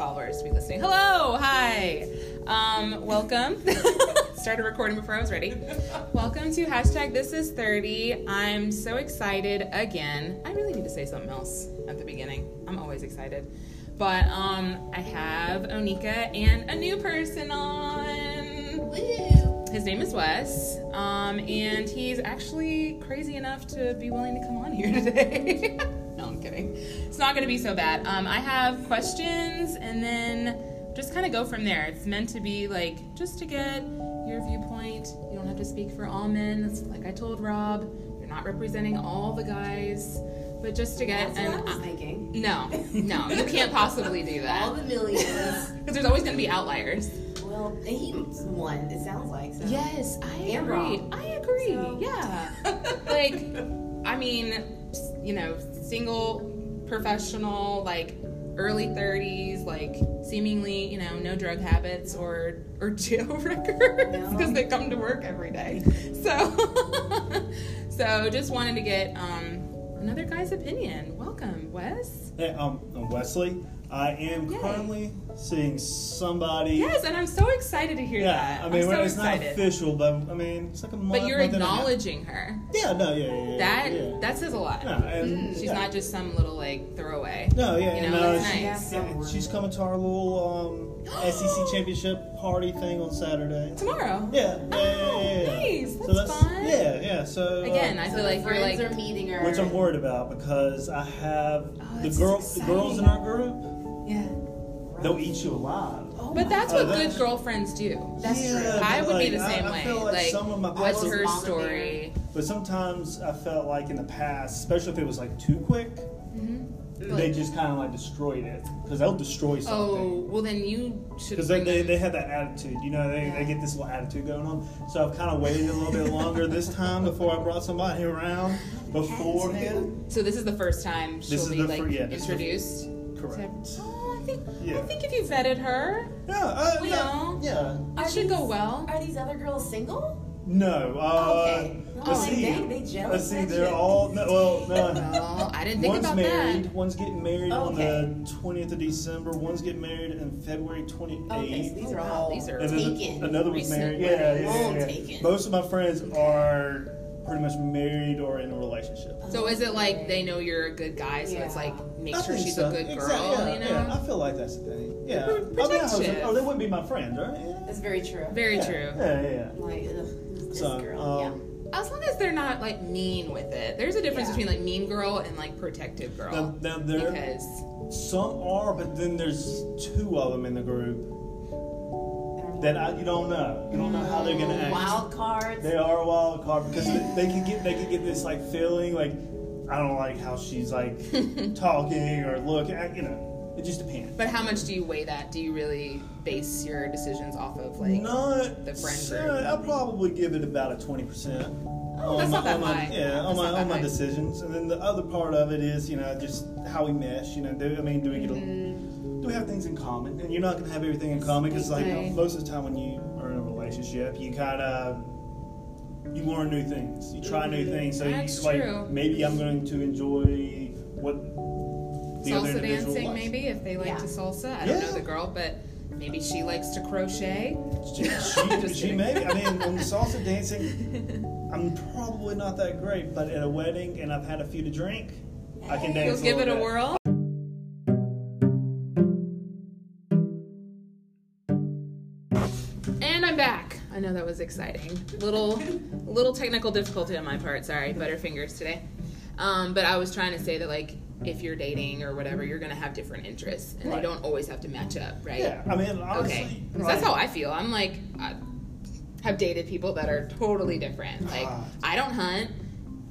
hours to be listening. Hello, hi, um, welcome. Started recording before I was ready. Welcome to hashtag This Is Thirty. I'm so excited again. I really need to say something else at the beginning. I'm always excited, but um, I have Onika and a new person on. Woo! His name is Wes, um, and he's actually crazy enough to be willing to come on here today. no, I'm kidding. It's not going to be so bad. Um, I have questions, and then just kind of go from there. It's meant to be like just to get your viewpoint. You don't have to speak for all men. That's like I told Rob. You're not representing all the guys, but just to get That's what I an- was thinking. no, no, you can't possibly do All that the millions. because there's always going to be outliers. well, and he's one. It sounds like. So. Yes, I And agree. wrong. I agree. So- Yeah. like, I mean, s- you know, single, professional, like early 30s, like seemingly, you know, no drug habits or or jail records No. because they come to work every day. So, so just wanted to get um, another guy's opinion. Welcome, Wes. Hey, um, I'm Wesley. I am Yay. currently seeing somebody. Yes, and I'm so excited to hear Yeah, that. I mean, I'm well, so it's not excited. official, but I mean, it's like a month. but you're month and a half. acknowledging her. Yeah, no, yeah, yeah, yeah. That yeah. that says a lot. No, and, She's yeah. not just some little like throwaway. No, yeah, you and, know, uh, that's she- nice. yeah, and she's coming to our little um, SEC championship party thing on Saturday. Tomorrow. Yeah, yeah, Oh, yeah, yeah, yeah. nice, so that's that's fun. Yeah, yeah. So Again, uh, I So feel like the you're friends like are meeting her. which I'm worried about because I have Oh, the this girl, is the girls in exciting. our group. yeah. They'll eat you alive. But that's what Oh, that's- good girlfriends do. That's yeah, true. but I would be like, the I- same I way. feel like, some of my what's closest- her Mama story? But sometimes I felt like in the past, especially if it was like too quick, they just kind of like destroyed it because they'll destroy Mm-hmm. Oh, something. well then you should. Because they, they, they have that attitude, you know, they, they get this little attitude going on. So I've kind of waited a little bit longer this time before I brought somebody around beforehand. so this is the first time she'll is be the like fir- yeah, this is the- introduced. Correct. Oh, I think I Yeah. think if you vetted her, Yeah, uh, Well, yeah, yeah. it should go well. Are these other girls single? No. Uh, Okay. Oh, Let's like, see. dang, they jealous Let's see. that They're you- all no. Well, no. Well, I didn't think one's about married, one's getting married Okay. on the 20th of December, one's getting married in February 28th. Oh, Okay, so these are Wow, all. these are- and then the- taken. another was Recent married. wedding. Yeah, yeah, Oh, yeah, yeah. taken. Most of my friends are pretty much married or in a relationship. that. So is it like they know you're a good guy, so it's Yeah. like make I sure think she's so. a good girl, Exactly, yeah, you know? yeah, I feel like that's the thing. Yeah. Pro- I mean, I was like, protective. oh, they wouldn't be my friends, right? Yeah. That's very true. Very yeah. true. Yeah, yeah, yeah. Like ugh, this So, girl. um, As long as they're not like mean with it. There's a difference Yeah. between like mean girl and like protective now, girl. now there, Because some are, but then there's two of them in the group yeah. that I, you don't know. You don't know um, how they're gonna act. Wild cards. They are a wild card because they, they can get they can get this like feeling like I don't like how she's like talking or look. I- You know, it just depends. but how much do you weigh that? Do you really base your decisions off of like Not the friend so- group. I'll probably give it about a twenty percent. Oh, that's not that high. Yeah, That's on my not that on my high. decisions, and then the other part of it is you know just how we mesh. You know, do, I mean, do we get a, do we have things in common? And you're not gonna have everything in common because like Mm-hmm. Right. most of the time when you are in a relationship, you kind of you learn new things, you try new things. So Mm-hmm. That's you like true. maybe I'm going to enjoy what the other salsa individual dancing likes. maybe if they like Yeah. to salsa. I don't know Yeah. the girl, but maybe she likes to crochet. She, she, Just she kidding. may. I mean, on the salsa dancing, I'm probably not that great, but at a wedding and I've had a few to drink, I can You'll dance. give it little a bit. whirl. And I'm back. I know that was exciting. Little, little technical difficulty on my part. Sorry, butterfingers today. Um, but I was trying to say that like if you're dating or whatever, you're gonna have different interests, and they Right. don't always have to match up, right? Yeah, I mean, honestly, Okay. 'Cause like, that's how I feel. I'm like, I have dated people that are totally different. Like, Ah. I don't hunt,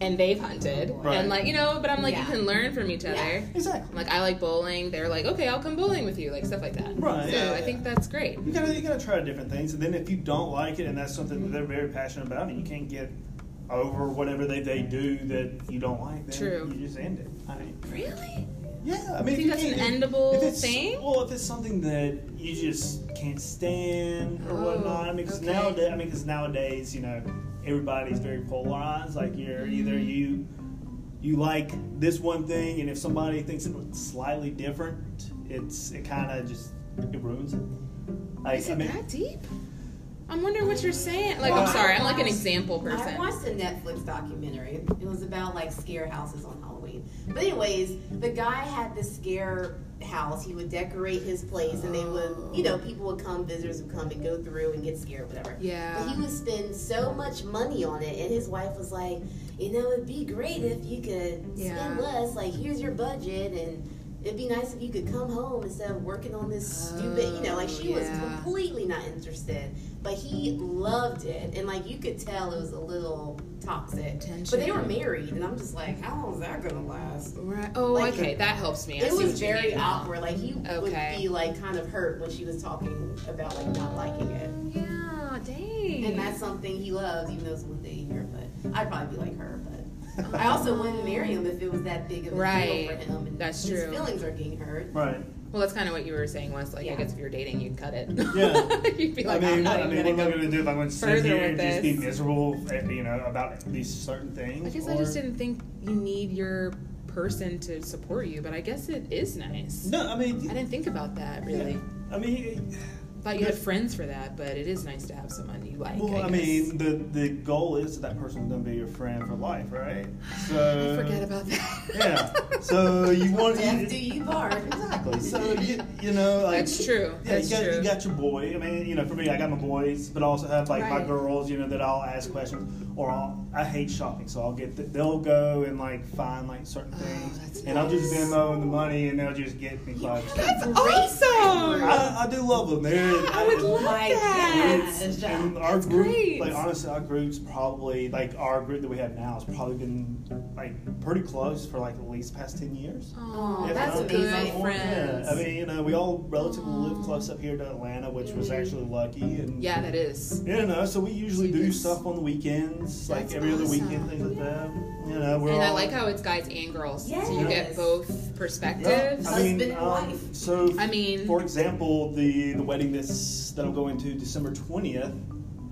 and they've hunted, Right. and like you know. But I'm like, Yeah. you can learn from each other. Yeah. I'm exactly. like, I like bowling. They're like, okay, I'll come bowling with you, like stuff like that. Right, So yeah, I yeah. think that's great. You gotta you gotta try different things, and then if you don't like it, and that's something Mm-hmm. that they're very passionate about, and you can't get over whatever they, they do that you don't like, then True. you just end it. I mean, Really? Yeah, You I mean, if think you that's an can't- endable if it's- thing? Well, if it's something that you just can't stand or Oh, whatnot, I mean, because okay. nowadays, I mean, 'cause nowadays, you know, everybody's very polarized. Like, Mm-hmm. you're either you you like this one thing, and if somebody thinks it's slightly different, it's it kind of just It ruins it. Like, Is I it mean, that deep? I'm wondering what you're saying. Like, Well, I'm sorry, I I'm like an watched- example I person. watched a Netflix documentary. It was about like scare houses on Halloween. But anyways, the guy had this scare house. He would decorate his place, and they would, you know, people would come, visitors would come and go through and get scared, whatever. Yeah. But he would spend so much money on it, and his wife was like, you know, it'd be great if you could Yeah. spend less. Like, here's your budget, and it'd be nice if you could come home instead of working on this stupid. You know, like she Oh, was yeah. completely not interested, but he loved it, and like you could tell it was a little toxic. But they were Tension. married, and I'm just like, how long is that gonna last? Right. Oh, Like- okay, that helps me. I it see was what you very mean. awkward. Like you Okay. would be like kind of hurt when she was talking about like not liking it. Yeah, dang. And that's something he loves, even though it's one day a year. But I'd probably be like her. But I also wouldn't marry him if it was that big of a Right. deal for him. And That's his true. feelings are getting hurt. right. well, that's kind of what you were saying, Wes. Like, I Yeah. guess if you're dating, you'd cut it. Yeah. you'd be like, I I'm mean, not I even gonna mean, what am I go. gonna do if I'm gonna further sit here with and just be this? miserable, eh, you know, about these certain things? I guess or, I just didn't think you need your person to support you, but I guess it is nice. No, I mean, I didn't think about that really. I mean, Thought you had friends for that, but it is nice to have someone you like. well, I, I, mean, the the goal is that that person's gonna be your friend for life, right? guess. So I forget about that. uh, yeah. So you want Death do you part. exactly. So you, you know, like That's true. Yeah, That's you, got, true. you got your boy. I mean, you know, for me, I got my boys, but I also have like my Right. girls. You know, that I'll ask questions, or I'll, I hate shopping, so I'll get. The, they'll go and like find like certain Oh, things, that's and I'll just nice. Venmo the money, and they'll just get me clothes. That's Great awesome. friend. I, I do love them. They're, I would love My that. goodness. and our That's group, great. like honestly, our group's probably like our group that we have now has probably been like pretty close for like at least past ten years. Aw, Yeah, that's but- good Yeah, friends. Yeah, I mean, you know, we all relatively live close up here to Atlanta, which was actually lucky. And yeah, that is. you know, so we usually do Yes. stuff on the weekends, like That's every other awesome. weekend, things like that. You know, we're and I all- like how it's guys and girls. So you Yes. get both Yeah, perspectives. I mean, Husband and um, wife. So, I mean- for example, the the wedding that's that I'm going to December twentieth.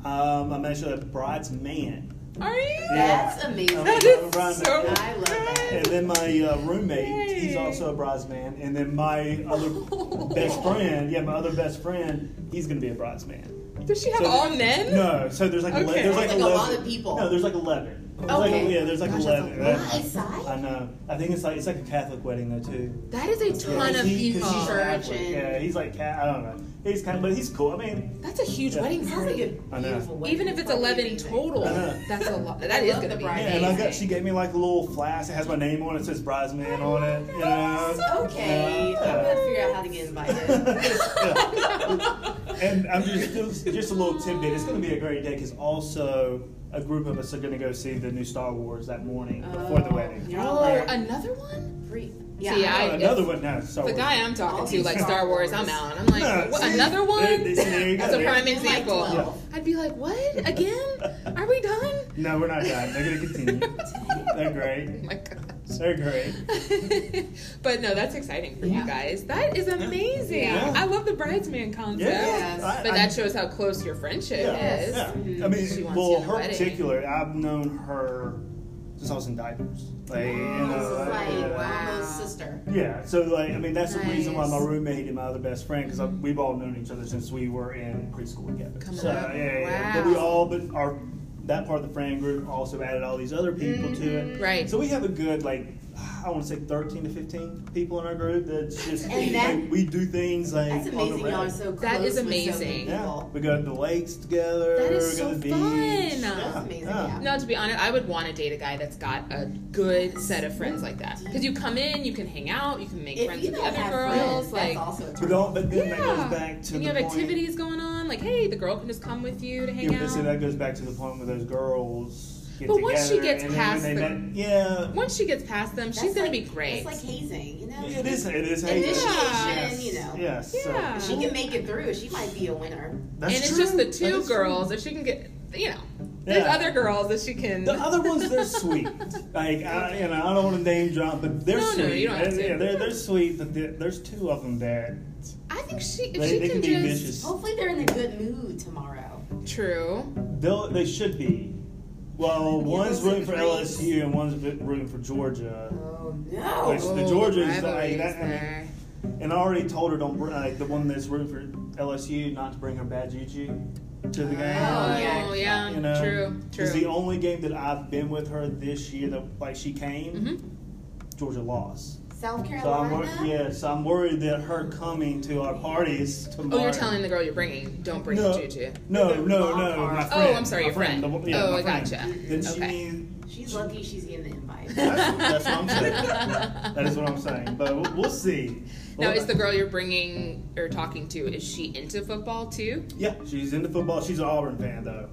Um, I'm actually a bridesman. Are you? That's amazing. That Yeah. is Right. so I love that. And then my uh, roommate, he's Yay. also a bridesman. And then my other best friend, yeah, my other best friend, he's gonna be a bridesman. Does she have So- all men? No, so there's like ele- Okay. there's like, That's like a lot 11 of people. No, there's like eleven. There's Like, Okay. yeah, there's like Gosh, that's a eleven. lot. My That- side? I know. I think it's like it's like a Catholic wedding though too. That is a Yeah, ton 'cause of he- 'cause people. He's Catholic. Church and- Yeah, he's like cat. I don't know. He's kind, but he's cool. I mean, That's a huge Yeah. wedding Sounds like party. a I know. beautiful wedding. Even if it's Probably 11 amazing. total, I know. that's a lot. I That is love going to the be bride. Yeah, amazing. and I got she gave me like a little flask. It has my name on it. It says bridesman on it. Oh, You know? Okay, I'm Yeah. gonna figure out how to get invited. And I'm just it was just a little tidbit. It's going to be a great day because also a group of us are going to go see the new Star Wars that morning before the Oh, wedding. you're all Oh, there. another one? Free- See, I- Oh, another one now. Star The Wars. guy I'm talking All to, these like Star Star Wars, Wars. I'm out. I'm like, No, what, see? another one? There- there- there you go. That's a There- prime Like example. 12. I'd be like, what? Again? Are we done? No, we're not done. They're going to continue. They're Oh great. my god. They're great. but no, that's exciting for you Yeah. guys. That is amazing. Yeah. I love the bridesman concept. Yes. I- But I- that shows how close your friendship Yeah, is. Mm-hmm. She yeah. I mean, wants you well, in the her wedding. particular, I've known her since I was in diapers. Like, you Oh, This know, is like, like yeah. wow. wow, sister. Yeah, so like I mean that's the reason why my Nice. roommate and my other best friend because we've all known each other since we were in preschool together. Coming so up. yeah, yeah, yeah. But we Wow. all but our that part of the friend group also added all these other people to it. Right. So we have a good like I want to say thirteen to fifteen people in our group that's just And that- like, we do things like That's on the amazing. Y'all are regular. so close. That is with so many amazing. yeah, people. we go to the lakes together. That is we go so to the beach. fun. Yeah, That's amazing, yeah. yeah. No, to be honest, I would want to date a guy that's got a good set of friends like that. Because you come in, you can hang out, you can make If friends you with the don't other have girls. friends, like, that's also a But, turn. don't, but then that goes back to and the you have point- activities going on. Like, hey, the girl can just come with you to hang Yeah, but see, out. that goes back to the point where those girls get But together. once she gets and then when past they the- met- yeah, Once she gets past them, she's That's gonna like- be great. It's like hazing, you know. it is. It is. hate. Initiation, Yes. you know. Yes. Yeah. So, She can make it through. She might be a winner. that's and it's true. just the That two is true. girls if she can get you know there's Yeah. other girls that she can The other ones, they're sweet. Like I, you know, I don't want to name drop, but they're No, no, sweet. you don't have to. Yeah, they're, they're sweet, but there- there's two of them that i think she if they, she they can, can, be just vicious. Hopefully, they're in a good mood tomorrow. true They'll, they should be. Well, Yeah, one's those are rooting for great. LSU and one's rooting for Georgia. Oh Which no! the Oh, Georgians, rivalry like, is that- I mean, there. And I already told her don't br- like the one that's rooting for LSU not to bring her bad Gigi to the game. Oh, yeah. yeah, You know, true, true. It's the only game that I've been with her this year that like she came, Mm-hmm. Georgia lost. South So I'm wor- Carolina. yeah, so I'm worried that her coming to our parties tomorrow. oh, you're telling the girl you're bringing, don't bring no, Juju. no, no, no, my Oh, friend. I'm sorry, my your friend. the- yeah, Oh, my I friend. gotcha. Then she Okay. means She's lucky she's getting the invite. That's, that's what I'm saying. That is what I'm saying. But we'll, we'll see. Now, Well, is the girl you're bringing or talking to, is she into football too? yeah, she's into football. She's an Auburn fan though.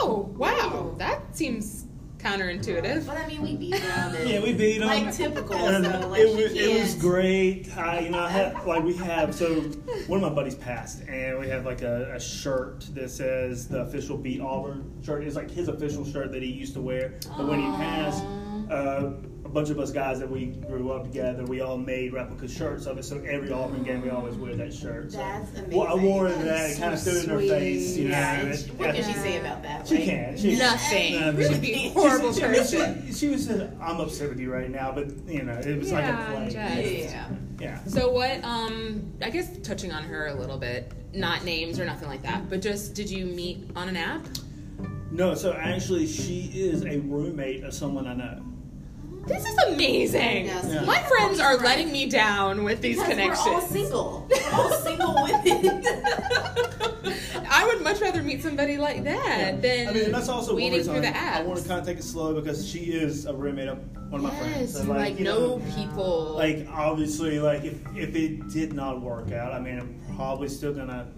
Oh, wow. That seems counterintuitive. But I mean, we beat them. And, Yeah, we beat them. Like typical. And so like it she was it was can't- great. I, you know, I had like we have so one of my buddies passed, and we have like a, a shirt that says the official beat Auburn shirt. It's like his official shirt that he used to wear. But when he passed, uh, a bunch of us guys that we grew up together, we all made replica shirts of it. So every Auburn game, we always wear that shirt. So That's amazing. Well, I wore that. That's it kind of so stood in her sweet. face. You know, Yeah. and and it- she- What can she say about that? She right? can. She, Nothing. Um, Really she- be a horrible she, person. She, she was just, I'm upset with you right now, but you know, it was Yeah, I'm like a just- play. Yeah. Yeah. So, what, um, I guess touching on her a little bit, not names or nothing like that, but just did you meet on an app? No, so actually, she is a roommate of someone I know. This is amazing. Yes. Yeah. My friends are letting me down with these Because we're all connections. single. We're all single women. I would much rather meet somebody like that than I mean, and that's also one weeding reason through the apps. I want to kind of take it slow because she is a roommate of one of my friends. yes, So, you like, you know know, people. like obviously, like if, if it did not work out, I mean, I'm probably still gonna,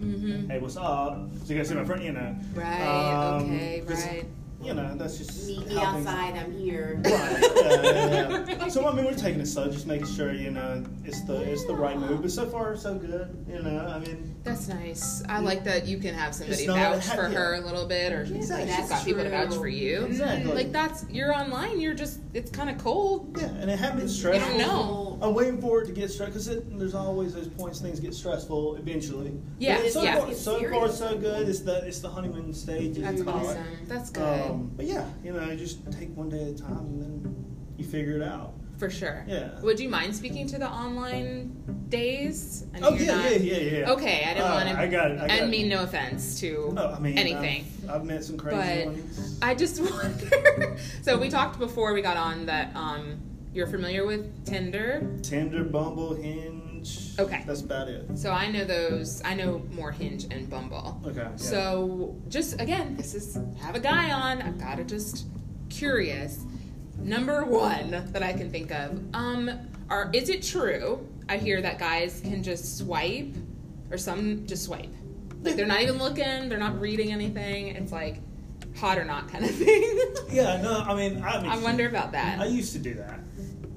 hey, what's up? So you gotta see my friend, you know. Mm-hmm. right? Um, okay. 'cause, Right. You know, that's just Meet me how things- outside. I'm here. Right. Yeah, yeah, yeah. So I mean, we're taking it slow, just making sure you know it's the it's the right move. But so far, so good. You know, I mean, That's nice. I like that you can have somebody It's not- vouch for yeah. her a little bit, or she's Exactly. like she's That's got people to true. vouch for you. Exactly. Like that's you're online. You're just it's kind of cold. yeah, and it happens You stressful. don't know. I'm waiting for it to get stressful because there's always those points things get stressful eventually. Yeah, But so yeah. Far, so far, so good. It's the it's the honeymoon stage. as That's you call it. awesome. That's good Um, but yeah, you know, you just take one day at a time, and then you figure it out. for sure. yeah. Would you mind speaking to the online days? I know Oh you're yeah, not- yeah, yeah, yeah. Okay, I didn't Uh, want to. I got it. I got and it. mean no offense to No, I mean um, anything. I've, I've met some crazy But- ones. I just wonder. so we talked before we got on that um, you're familiar with Tinder. Tinder, Bumble, Hinge. Okay. That's about it. So I know those. I know more Hinge and Bumble. Okay. yeah. So just again, this is have a guy on. I've got to just curious. Number one that I can think of. Um, are is it true? I hear that guys can just swipe, or some just swipe. Like they're not even looking. They're not reading anything. It's like hot or not kind of thing. Yeah, no, I mean, I, mean, I wonder about I that. used to do that.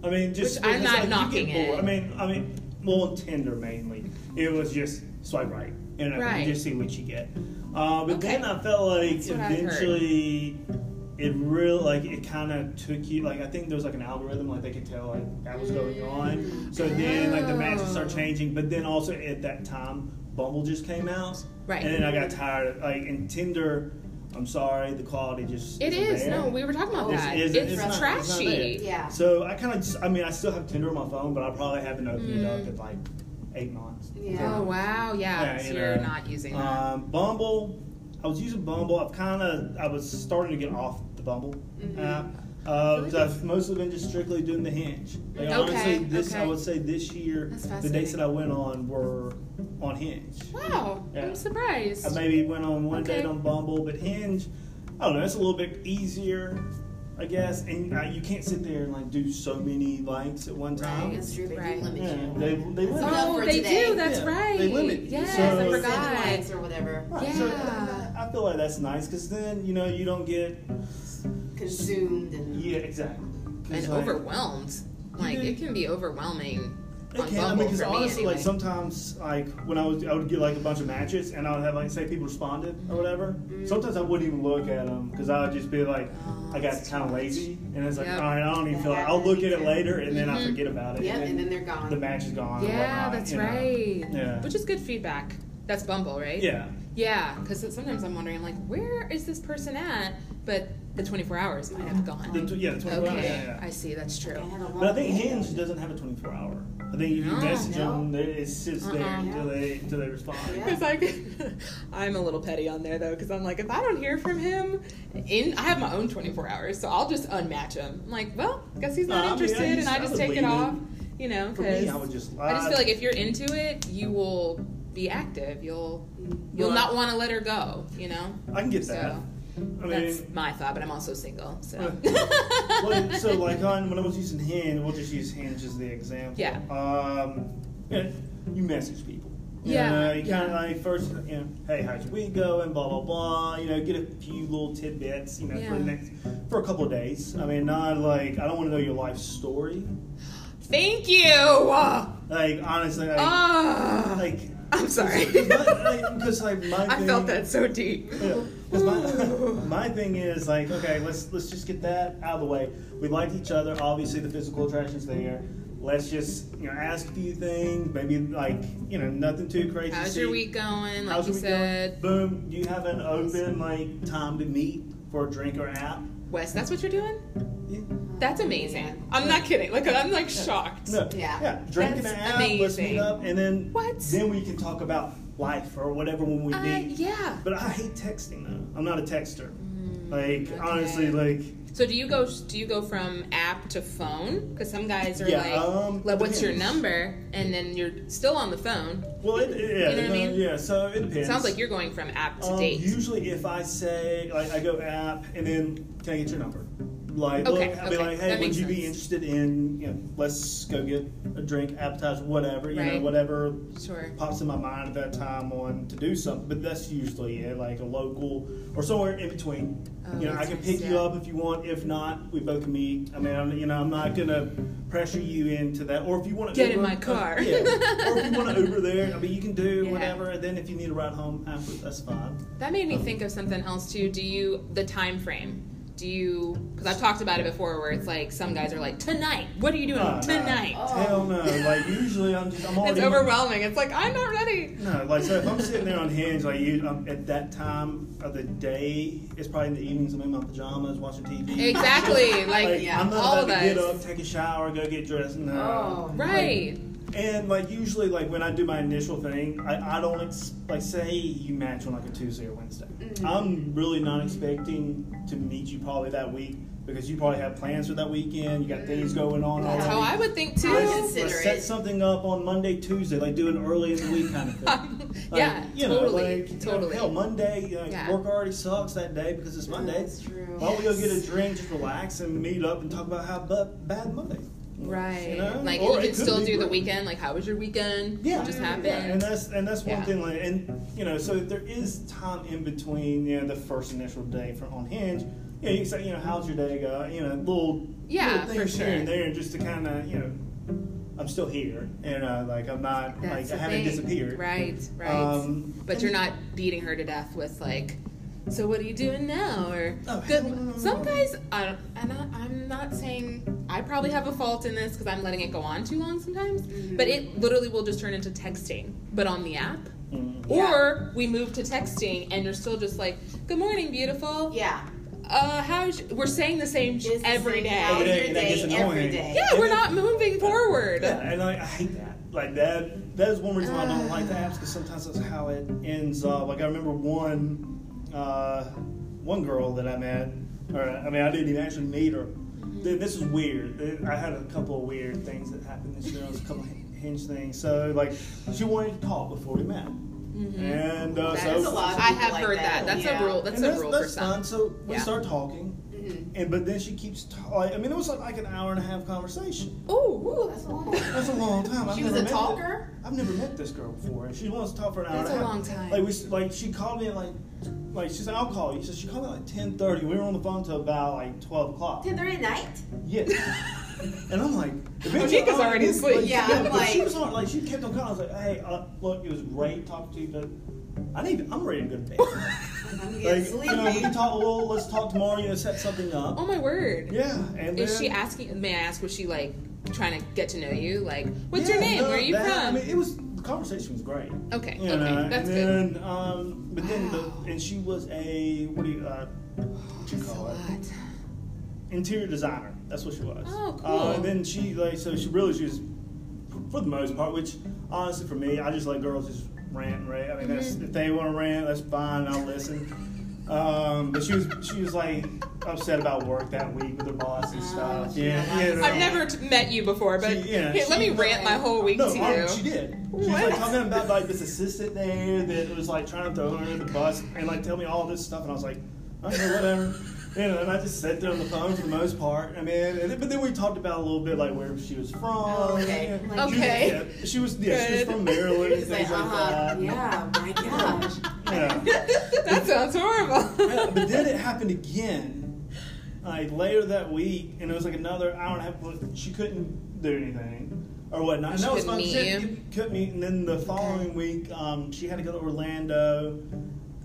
I mean, just Which I'm because, not like, you knocking get bored. it. I mean, I mean, well, on Tinder mainly, it was just swipe right, you know, Right. you just see what you get. Uh, but Okay. then I felt like That's what I've heard. eventually. It really like it kind of took you like I think there was like an algorithm like they could tell like that was going on. So then like the matches start Oh. changing, but then also at that time Bumble just came out, Right. And then I got tired of like and Tinder. I'm sorry, the quality just It isn't is. there. No, we were talking about This that. It's- It's, it's not- it's not trashy. there. Yeah. So I kind of, I mean, I still have Tinder on my phone, but I probably haven't opened it Mm. up in like eight months. Yeah. Oh wow, yeah. Yeah, so you you're know. not using that. Um, Bumble, I was using Bumble. I've kind of, I was starting to get off the Bumble Mm-hmm. app. Uh, I feel like 'cause I've mostly been just strictly doing the hinge. Like, Okay, honestly, this I okay. would say this year, That's the dates fascinating. that I went on were on hinge. wow, Yeah. I'm surprised. I maybe went on one Okay. date on Bumble, but Hinge, I don't know, it's a little bit easier, I guess. And uh, you can't sit there and like do so many likes at one time. That's true. They do Right. limit Yeah, you. they, they That's limit. enough oh, for they today. do. That's Yeah, right. they limit you. Yes, So- I Or forgot. seven likes or whatever. Right, so Yeah. I feel like that's nice because then you know you don't get Consumed and yeah exactly 'Cause, And like, overwhelmed. Like can- it can be overwhelming. It on can, I mean, Bumble because for me, honestly, anyway. like sometimes, like when I was, I would get like a bunch of matches, and I would have like say people responded or whatever. Mm-hmm. Sometimes I wouldn't even look at them because I would just be like, Oh, I got that's kind of lazy, and it's like, Yep. Mm-hmm. all right, I don't even That feel like I'll look at it happens. later, and then I forget about it. yeah, and then they're the gone. match is gone. or yeah, whatnot, that's you know. right. Yeah. Which is good feedback. That's Bumble, right? Yeah, Yeah, because sometimes I'm wondering, like, where is this person at? But The 24 hours might have gone. The tw- yeah, the 24 hours. okay, Yeah, yeah. I see. That's I true. had a long But I think day. Hinge doesn't have a 24 hour. I think if you No, message no. them, they- it sits there Uh-uh. until they until they respond. Yeah. It's like I'm a little petty on there though, because I'm like, if I don't hear from him, in I have my own 24 hours, so I'll just unmatch him. I'm like, well, guess he's Nah, I not mean, I interested, used- and I I just was take waiting. it off, you know, For me, I because would just. I just feel like if you're into it, you will be active. You'll you'll Mm, Right. not want to let her go, you know. I can get So that. I that's mean, my thought, but I'm also single, so. well, so like on when I was using Hinge, we'll just use Hinge as the example. Yeah. Um, yeah, you message people. You Yeah, know, you kind of yeah. like first, you know, hey, how's your week going? Blah blah blah. You know, get a few little tidbits. You know, for Yeah. the next for a couple of days. I mean, not like I don't want to know your life story. Thank you. Ah, Like honestly, like, like I'm sorry. because like my I thing, felt that so deep. Yeah, 'cause my, my thing is like okay, let's let's just get that out of the way. We like each other. Obviously, the physical attraction's there. Let's just you know ask a few things. Maybe like you know nothing too crazy. How's See, your week going? Like how's you your week going? said, Boom. Do you have an open like time to meet for a drink or app? Wes, that's what you're doing? Yeah. That's amazing. I'm not kidding. Like I'm like shocked. No, Yeah. yeah. Drink and an That's app. Let's meet amazing. up, and then What? Uh, Then we can talk about life or whatever when we I- meet. yeah. But I hate texting though. I'm not a texter. like Mm, okay. honestly, like So do you go do you go from app to phone? Because some guys are Yeah, like, um, like, what's your depends. number? And then you're still on the phone. well, it, yeah, You know what I no, mean? yeah. So it depends. Sounds like you're going from app to um, date. Usually, if I say like I go app and then can I get your number? Like Okay, look, I'll be okay. like, That hey, would makes you be sense. interested in you know, let's go get a drink, appetizer, whatever, you know, Right. whatever sure. pops in my mind at that time on to do something. But that's usually it, like a local or somewhere in between. Oh, you know, that's I can nice, pick you yeah. up if you want. If not, we both can meet. I mean, I'm, you know, I'm not gonna pressure you into that. Or if you want to Get in my car. yeah. Or if you want to Uber there, I mean, you can do Yeah. whatever. And then if you need a ride home after, that's fine. That made Um, me think of something else too. Do you the time frame? Do you? Because I've talked about it before, where it's like some guys are like, tonight. What are you doing No, no. tonight? Hell no. Like usually, I'm just I'm already It's overwhelming. It's like I'm not ready. No, like so if I'm sitting there on Hinge, like you um, at that time of the day, it's probably in the evenings. I'm in my pajamas watching TV. Exactly. Like, Like, yeah, I'm not all about to of get us. up, take a shower, go get dressed. No. Oh. right. And like usually, like when I do my initial thing, I, I don't ex- like say you match on like a Tuesday or Wednesday. Mm-hmm. I'm really not expecting to meet you probably that week because you probably have plans for that weekend. You got things going on. That's Mm-hmm. That's already. how I would think too. I would Let's- consider let's set it. something up on Monday, Tuesday, like do an early in the week kind of thing. Like, yeah, you know, totally, like, you know, totally. hell, Monday, you know, Yeah. Mm-hmm. work already sucks that day because it's Monday. That's true. Why don't we go get a drink, just relax, and meet up and talk about how bu- bad Monday. was, right. you know? Like you Or it can could still be do the great. weekend. Like how was your weekend? Yeah, What just yeah, happened? and that's and that's one Yeah. thing. Like, and you know, so there is time in between. You know, the first initial day from on Hinge. You know, you can say, you know, how's your day go? You know, little Yeah, little for things sure. here and there, and just to kind of you know, I'm still here, and uh, like I'm not That's like I the haven't thing. disappeared. Right. Right. Um, but you're not beating her to death with like. So what are you doing now? Or Oh, good. hell no. Some guys, I don't, and I, I'm not saying I probably have a fault in this because I'm letting it go on too long sometimes. Mm-hmm. But it literally will just turn into texting, but on the app. Mm. Or we move to texting, and you're still just like, "Good morning, beautiful." Yeah. uh, how's we're saying the same sh It's the every same day. how's Every day, your and that day, gets every annoying. day. Yeah, we're not moving forward. Yeah, and like, I hate that. Like that. That is one reason why I don't like the apps because sometimes that's how it ends up. Like I remember one, uh, one girl that I met, or I mean I didn't even actually meet her. Mm-hmm. Th- This is weird. Th- I had a couple of weird things that happened this year. It was a couple of hin- hinge things. So like she wanted to talk before we met, Mm-hmm. and uh, That's a so lot. I have Like heard that. that, That's yeah. a rule. That's and a rule for some. fine. So we Yeah. start talking, Mm-hmm. and but then she keeps. Ta- like, I mean, it was like an hour and a half conversation. Oh, Ooh, that's long. That's a long time. I've She was never a met talker? thi- I've never met this girl before. She wants to talk for an hour. That's and a half. long time. Like we, s- like she called me at like, like she said, "I'll call you." So she called me at like ten thirty. We were on the phone till about like twelve o'clock. Ten thirty at night. Yes. and I'm like, Monica's already asleep. Yeah, I'm but she like- was on. Like she kept on calling. I was like, "Hey, uh, look, it was great talking to you, but I need. I'm ready to go to bed. I'm getting like, sleepy. you know, we can talk a little. Let's talk tomorrow. You know, set something up. oh my word. Yeah. And Is then- she asking? May I ask? Was she like trying to get to know you? Like, what's Yeah, your name? no, Where are you that- from? I mean, it was conversation was great. Okay, You okay, know, that's good. and then, Um, but then, the, and she was a what do you uh, what you call it? Interior designer. That's what she was. Oh, Uh, cool. and then she like so she really she was for the most part, which honestly for me, I just let girls just rant and rant. I mean, Mm-hmm. that's, if they want to rant, that's fine. I'll listen. Um, but she was she was like upset about work that week with her boss Ah, and stuff. she yeah, got yeah. upset. I've never t- met you before, but She- yeah, here, let she- me rant my whole week No, to I- you. she did. She was What? like talking about like this assistant there that was like trying to throw her under the bus and like tell me all this stuff, and I was like, okay, whatever. You know, and I just sat there on the phone for the most part. I mean, and then- but then we talked about a little bit like where she was from. Oh, okay. Yeah. Like- She was- Okay. yeah, she was. Yeah, she was Good. from Maryland. It's things like, like, uh-huh. that. Yeah, my gosh. Yeah. that sounds Yeah, horrible. but then it happened again, like later that week, and it was like another hour and a half. But she couldn't do anything or whatnot. And She that was couldn't fun. meet She had- you? couldn't meet, and then the following week, um, she had to go to Orlando,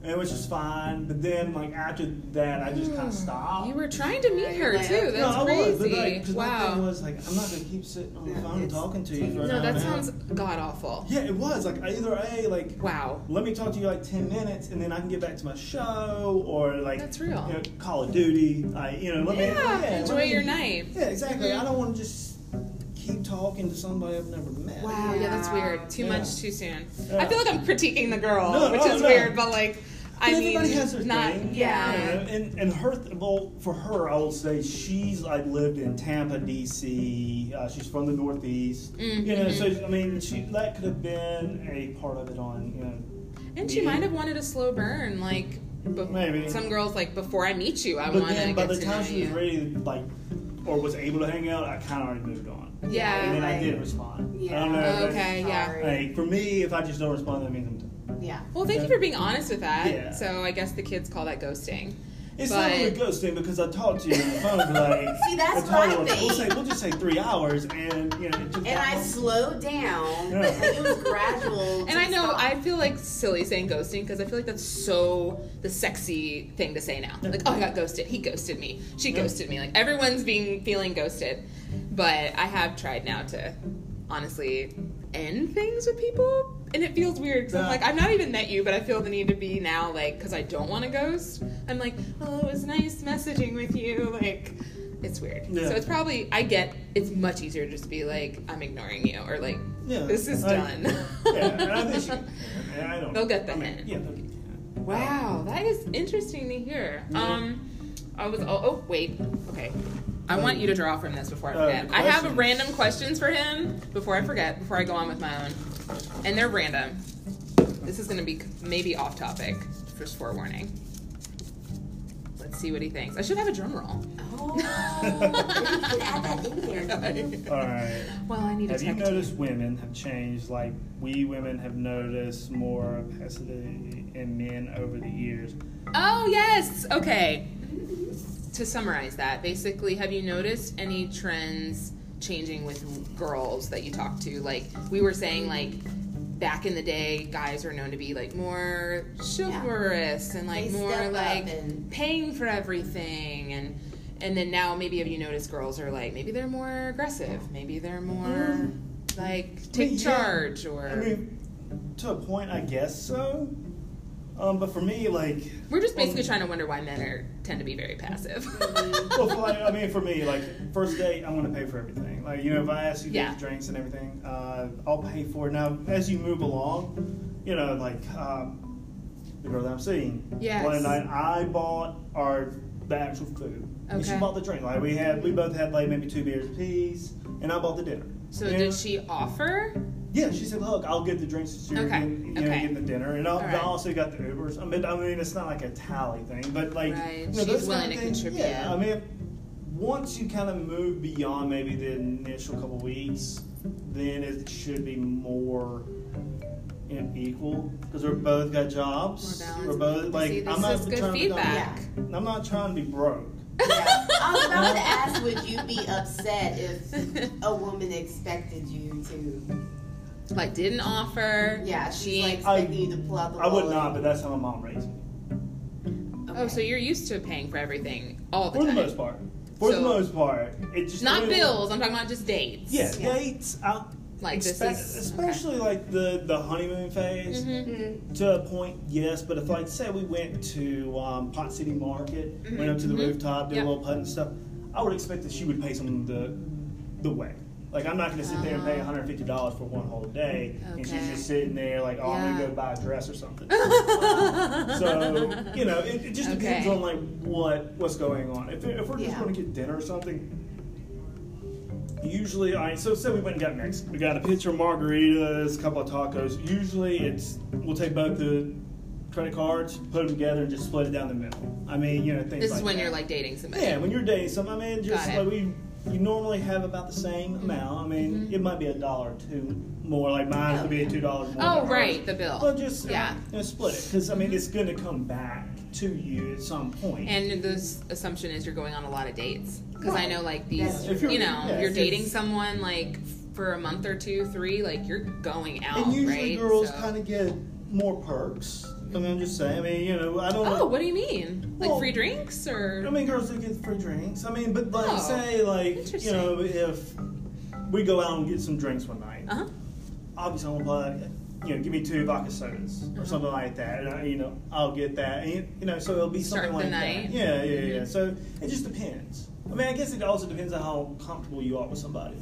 and which was fine. But then, like after that, I just kind of stopped. Hmm. you were trying to meet her Right. too. No, That's I crazy. was, but like, 'cause my thing wow. was like, I'm not gonna keep sitting on the No, phone it's- talking to you for an hour No, and that a half. sounds god awful. Yeah, it was like either a like Wow. let me talk to you like 10 minutes and then I can get back to my show or like That's real. you know, Call of Duty. I, you know, let me Yeah, let enjoy me- your night. Mm-hmm. Yeah, exactly. I don't want to just keep talking to somebody I've never met. Wow, yeah, that's weird. Too Yeah. much too soon. I Yeah. feel like I'm critiquing the girl, No, which no, is no. weird, but like, I But mean, everybody has their not thing. yeah. You know, and and her th- well for her I will say she's like lived in Tampa D.C. Uh, she's from the Northeast. Mm-hmm. You know, so I mean she that could have been a part of it on you know. And she me. might have wanted a slow burn, like be- Maybe. some girls like before I meet you, I But want to then get by the to time know she was you. ready, like, or was able to hang out, I kind of already moved on. And yeah. then I Right. didn't respond. I Yeah. don't know. if Okay, yeah. that's- Like, for me, if I just don't respond, that means I'm done. Yeah. Well, thank you for being honest with that. Yeah. So I guess the kids call that ghosting. It's But- not really ghosting because I talked to you on the phone for like. See, that's what a I total of- think. We'll, say, we'll just say three hours, and you know. It took And that I long. slowed down. Yeah. Like, it was gradual. And I know I. I feel like silly saying ghosting because I feel like that's so the sexy thing to say now. Like, oh, I got ghosted. He ghosted me. She Yeah. ghosted me. Like everyone's being feeling ghosted. But I have tried now to honestly end things with people, and it feels weird because I'm Yeah. like I've not even met you, but I feel the need to be now like because I don't want to ghost. I'm like, oh, it was nice messaging with you. Like. It's weird. Yeah. So it's probably I get it's much easier to just be like I'm ignoring you or like Yeah. this is I- done. Yeah, and I think she. and I don't. They'll get the I mean, hint. Yeah. They'll get the hint. Wow, that is interesting to hear. Um, I was. Oh, oh wait. Okay. I want you to draw from this before I Uh, forget. I have questions. random questions for him before I forget. Before I go on with my own, and they're random. This is going to be c- maybe off topic. Just forewarning. Let's see what he thinks. I should have a drum roll. Oh, you can add that in there. All right. Well, I need to Have you check. noticed women have changed? Like we women have noticed more opacity in men over the years. Oh, yes. Okay. To summarize that, basically, have you noticed any trends changing with girls that you talk to? Like, we were saying, like, back in the day, guys were known to be, like, more chivalrous and, like, They step more, up like, and- paying for everything. And, and then now, maybe have you noticed girls are, like, maybe they're more aggressive. Maybe Mm-hmm. they're more, like, take yeah. charge or. I mean, to a point, I guess so. Um, but for me, like, we're just basically trying to wonder why men are tend to be very passive. Mm-hmm. well, for like, I mean, for me, like, first date, I'm gonna pay for everything. Like, you know, if I ask you Yeah. to get drinks and everything, uh, I'll pay for it. Now, as you move along, you know, like, um, the girl that I'm seeing, Yes. one night I bought our the actual food, and she Okay. bought the drink. Like, we had, we both had like maybe two beers apiece, and I bought the dinner. So You know? did she offer? Yeah, she said, "Look, I'll get the drinks that you're Okay, getting, you know, okay. getting the dinner, and I'll, All right. I also got the Ubers. I mean, I mean, it's not like a tally thing, but like, Right, you know, she's those willing kind of to things- contribute. Yeah, I mean, once you kind of move beyond maybe the initial couple weeks, then it should be more you know, equal because we're both got jobs. More balanced. We're both like, See, this I'm not is good trying feedback. To be, I'm not trying to be broke. Yeah. I was about to ask, would you be upset if a woman expected you to? Like didn't offer. Yeah, she's like I- expecting you to pull out the I would wallet. not, but that's how my mom raised me. Oh, so you're used to paying for everything all the For the time. most part. For So- the most part, it just Not the way- bills. I'm talking about just dates. Yeah, Yeah. dates. I, Like Espe- this is especially like the the honeymoon phase Mm-hmm. to a point, yes. But if like say we went to um, Pot City Market, went up to the rooftop, did Yep. a little putt and stuff, I would expect that she would pay some of the the way. Like I'm not going to sit there and pay 150 dollars for one whole day, and she's Okay. just sitting there like, oh, I'm Yeah. gonna go buy a dress or something. so you know, it, it just depends Okay. on like what what's going on. If, if we're just Yeah. going to get dinner or something, Usually, I so say we went and got Mexican. We got a pitcher of margaritas, a couple of tacos. Usually, it's we'll take both the credit cards, put them together, and just split it down the middle. I mean, you know, things. This is like when that. you're like dating somebody. Yeah, when you're dating someone, I mean, just Got it. Mm-hmm. like we, you normally have about the same amount. I mean, it might be a dollar or two more. Like mine would be two dollars more. Oh than right, hers. the bill. Well, just uh, yeah. yeah, you know, split it because I mean, it's going to come back to you at some point. And the s- assumption is you're going on a lot of dates because I Right. know like these, That's true. If you you're- know, yeah, you're if dating it's- someone like for a month or two, three, like you're going out, And usually right? girls So- kind of get more perks. I mean, I'm just saying. I mean, you know, I don't. Oh, what do you mean? Like Well- free drinks or? I mean, girls do get free drinks. I mean, but like, Oh, say, like, interesting. you know, if we go out and get some drinks one night, uh huh. obviously I'm gonna buy, you know, give me two vodka sodas Mm-hmm. or something like that. And I, you know, I'll get that. And you know, so it'll be Start something the like night. Mm-hmm. that. Yeah, yeah, yeah. So it just depends. I mean, I guess it also depends on how comfortable you are with somebody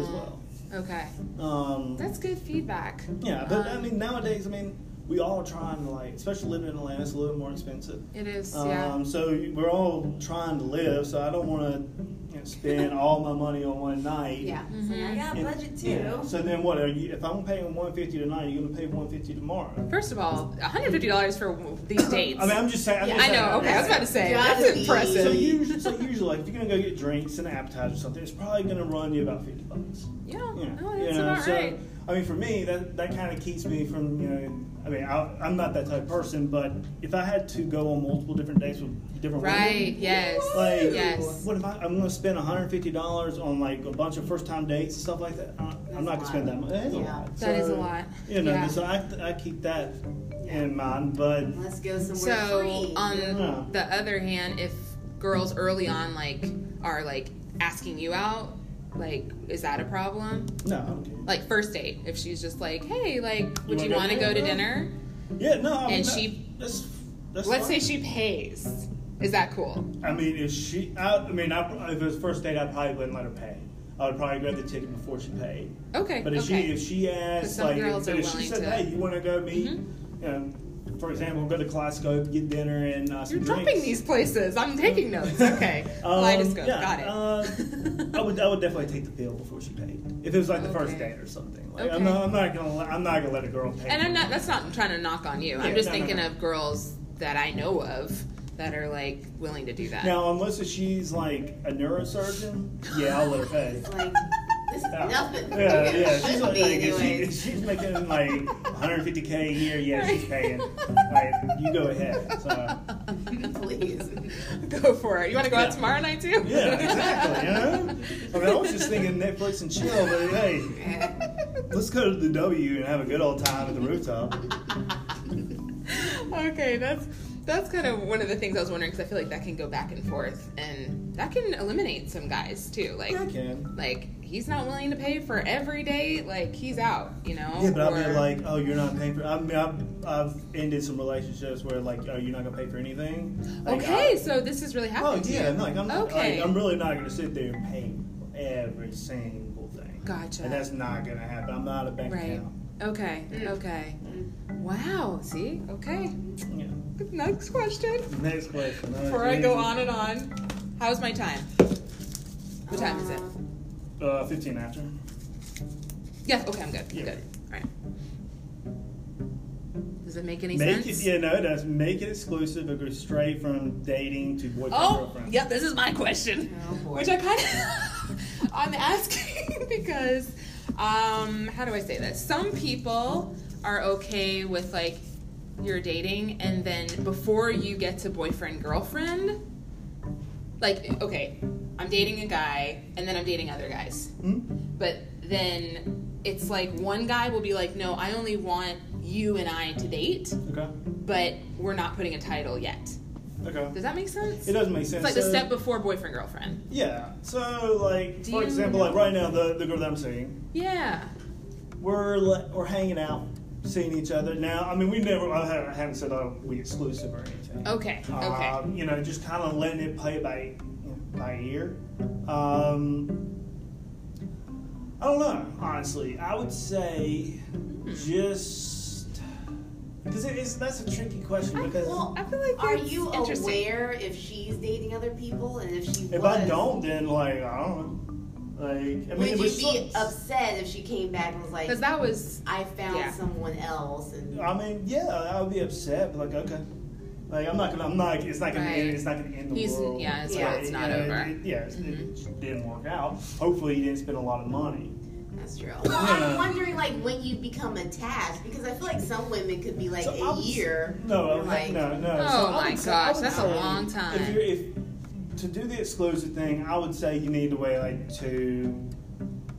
as well. Okay, Um, Mm. that's good feedback. Yeah, but I Um, mean nowadays, I mean we all trying to like, especially living in Atlanta, it's a little more expensive. It is, Um, yeah. So we're all trying to live, so I don't want to you know, spend all my money on one night. Yeah. It's Mm-hmm. like, I got a And- budget too. yeah. So then what? Are you, if I'm paying 150 tonight, you're gonna pay 150 tomorrow. First of all, $150 for w- these dates. I mean, I'm just saying. I'm Yeah. just I know. saying. Okay, I was about to say Gotta that's be. So impressive. usually, so usually, like if you're gonna go get drinks and an appetizer or something, it's probably gonna run you about 50 bucks. yeah, Yeah. no, Oh, that's you know, about so, right. I mean, for me, that, that kind of keeps me from, you know, I mean, I, I'm not that type of person, but if I had to go on multiple different dates with different Right? women, Yes. like, yes. what if I, I'm going to spend $150 on like a bunch of first time dates and stuff like that? I, I'm That's not going to a spend that lot. much. That is a Yeah. lot. That is So, a lot. You know, Yeah. so I, I keep that in mind, but Let's go somewhere So, um, free. on Yeah. the other hand, if girls early on like are like asking you out, like is that a problem? no, I don't care. Like first date, if she's just like, "Hey, like, would wanna you go want to to go to dinner? dinner?" Yeah, no, I mean, And that- she- That's, that's Let's fine. say she pays. Is that cool? I mean, if she, I, I mean, I, if it was first date, I probably wouldn't let her pay. I would probably grab the ticket before she paid. Okay. But if okay. she if she asks some like girls if, are if she willing said, to- Mm-hmm. hey, you want to go meet, you know, for example, go to Kaleidoscope, get dinner, and uh, some You're dropping drinks. these places. I'm taking notes. Okay. Um, Kaleidoscope. yeah, Got it. uh, I would I would definitely take the bill before she paid. If it was like the first Okay. date or something. Like Okay. I'm not I'm not gonna let, I'm not gonna let a girl pay. And I'm not. That's not trying to knock on you. I'm Yeah, just no, no, thinking no. of girls that I know of that are like willing to do that. now unless if she's like a neurosurgeon, yeah, I'll let her pay. It's like, this is Yeah. nothing. Yeah, yeah. She's Should like, be if she, anyways. if she's making like 150k a year. Yeah, she's paying. Like, you go ahead. So, Please. go for it. You want to go out Yeah. tomorrow night too? yeah, exactly. You know? I mean, I was just thinking Netflix and chill, but hey, let's go to the W and have a good old time at the rooftop. okay, that's that's kind of one of the things I was wondering because I feel like that can go back and forth, and that can eliminate some guys too. Like, Yeah, I can. like he's not willing to pay for every date. Like he's out. You know. Yeah, but I'll be or- like, oh, you're not paying for. I mean, I've, I've ended some relationships where like, oh, you're not gonna pay for anything. Like, okay, I- so this is really oh happening. to yeah, you. no, like, I'm, not- Okay. like, I'm really not gonna sit there and pay for every single thing. Gotcha. And that's not gonna happen. I'm not a bank Right. account. Okay. Okay. Wow. See. Okay. Yeah. Next question. Next question. Before I go on and on, how's my time? What time is it? Um, Uh, 15 after. Yeah. Okay. I'm good. I'm Yeah. good. All right. Does it make any Make it, sense? yeah, no, it does. Make it exclusive. It goes straight from dating to boyfriend Oh, girlfriend. yep, this is my question. Oh, boy. Which I kind of, I'm asking because, um, how do I say this? Some people are okay with like you're dating and then before you get to boyfriend, girlfriend, like, okay, I'm dating a guy and then I'm dating other guys. Hmm? But then it's like one guy will be like, no, I only want you and I to date, Okay. but we're not putting a title yet. Okay. Does that make sense? It doesn't make sense. It's like the So- step before boyfriend girlfriend. Yeah. So, like, Do for you example, know- like right now, the, the girl that I'm seeing, Yeah. we're le- we're hanging out, seeing each other now. I mean, we never. I haven't- I haven't said oh, we exclusive or anything. Okay, Oh, okay. Um, you know, just kind of letting it play by by ear. Um, I don't know. Honestly, I would say Hmm. just because it is that's a tricky question because. well, I feel like Are that's you interesting. aware if she's dating other people and if she If was, I don't, then like I don't know. Like I mean, would it you was be so- upset if she came back and was like, Because that was "I found Yeah. someone else"? And I mean, yeah, I would be upset, but like okay, like I'm not gonna, I'm not, it's not gonna, end, Right. it's not gonna end the He's- world. yeah, it's not- it's not yeah, over. Mm-hmm. It, it, yeah, it's- it just didn't work out. Hopefully, he didn't spend a lot of money. that's true. Yeah. I'm wondering like when you become attached because I feel like some women could be like So a I'm- year. No, you're like, like, no, no. Oh So I my would say- I gosh, would that's a say long time. If you're, if to do the exclusive thing, I would say you need to wait like two,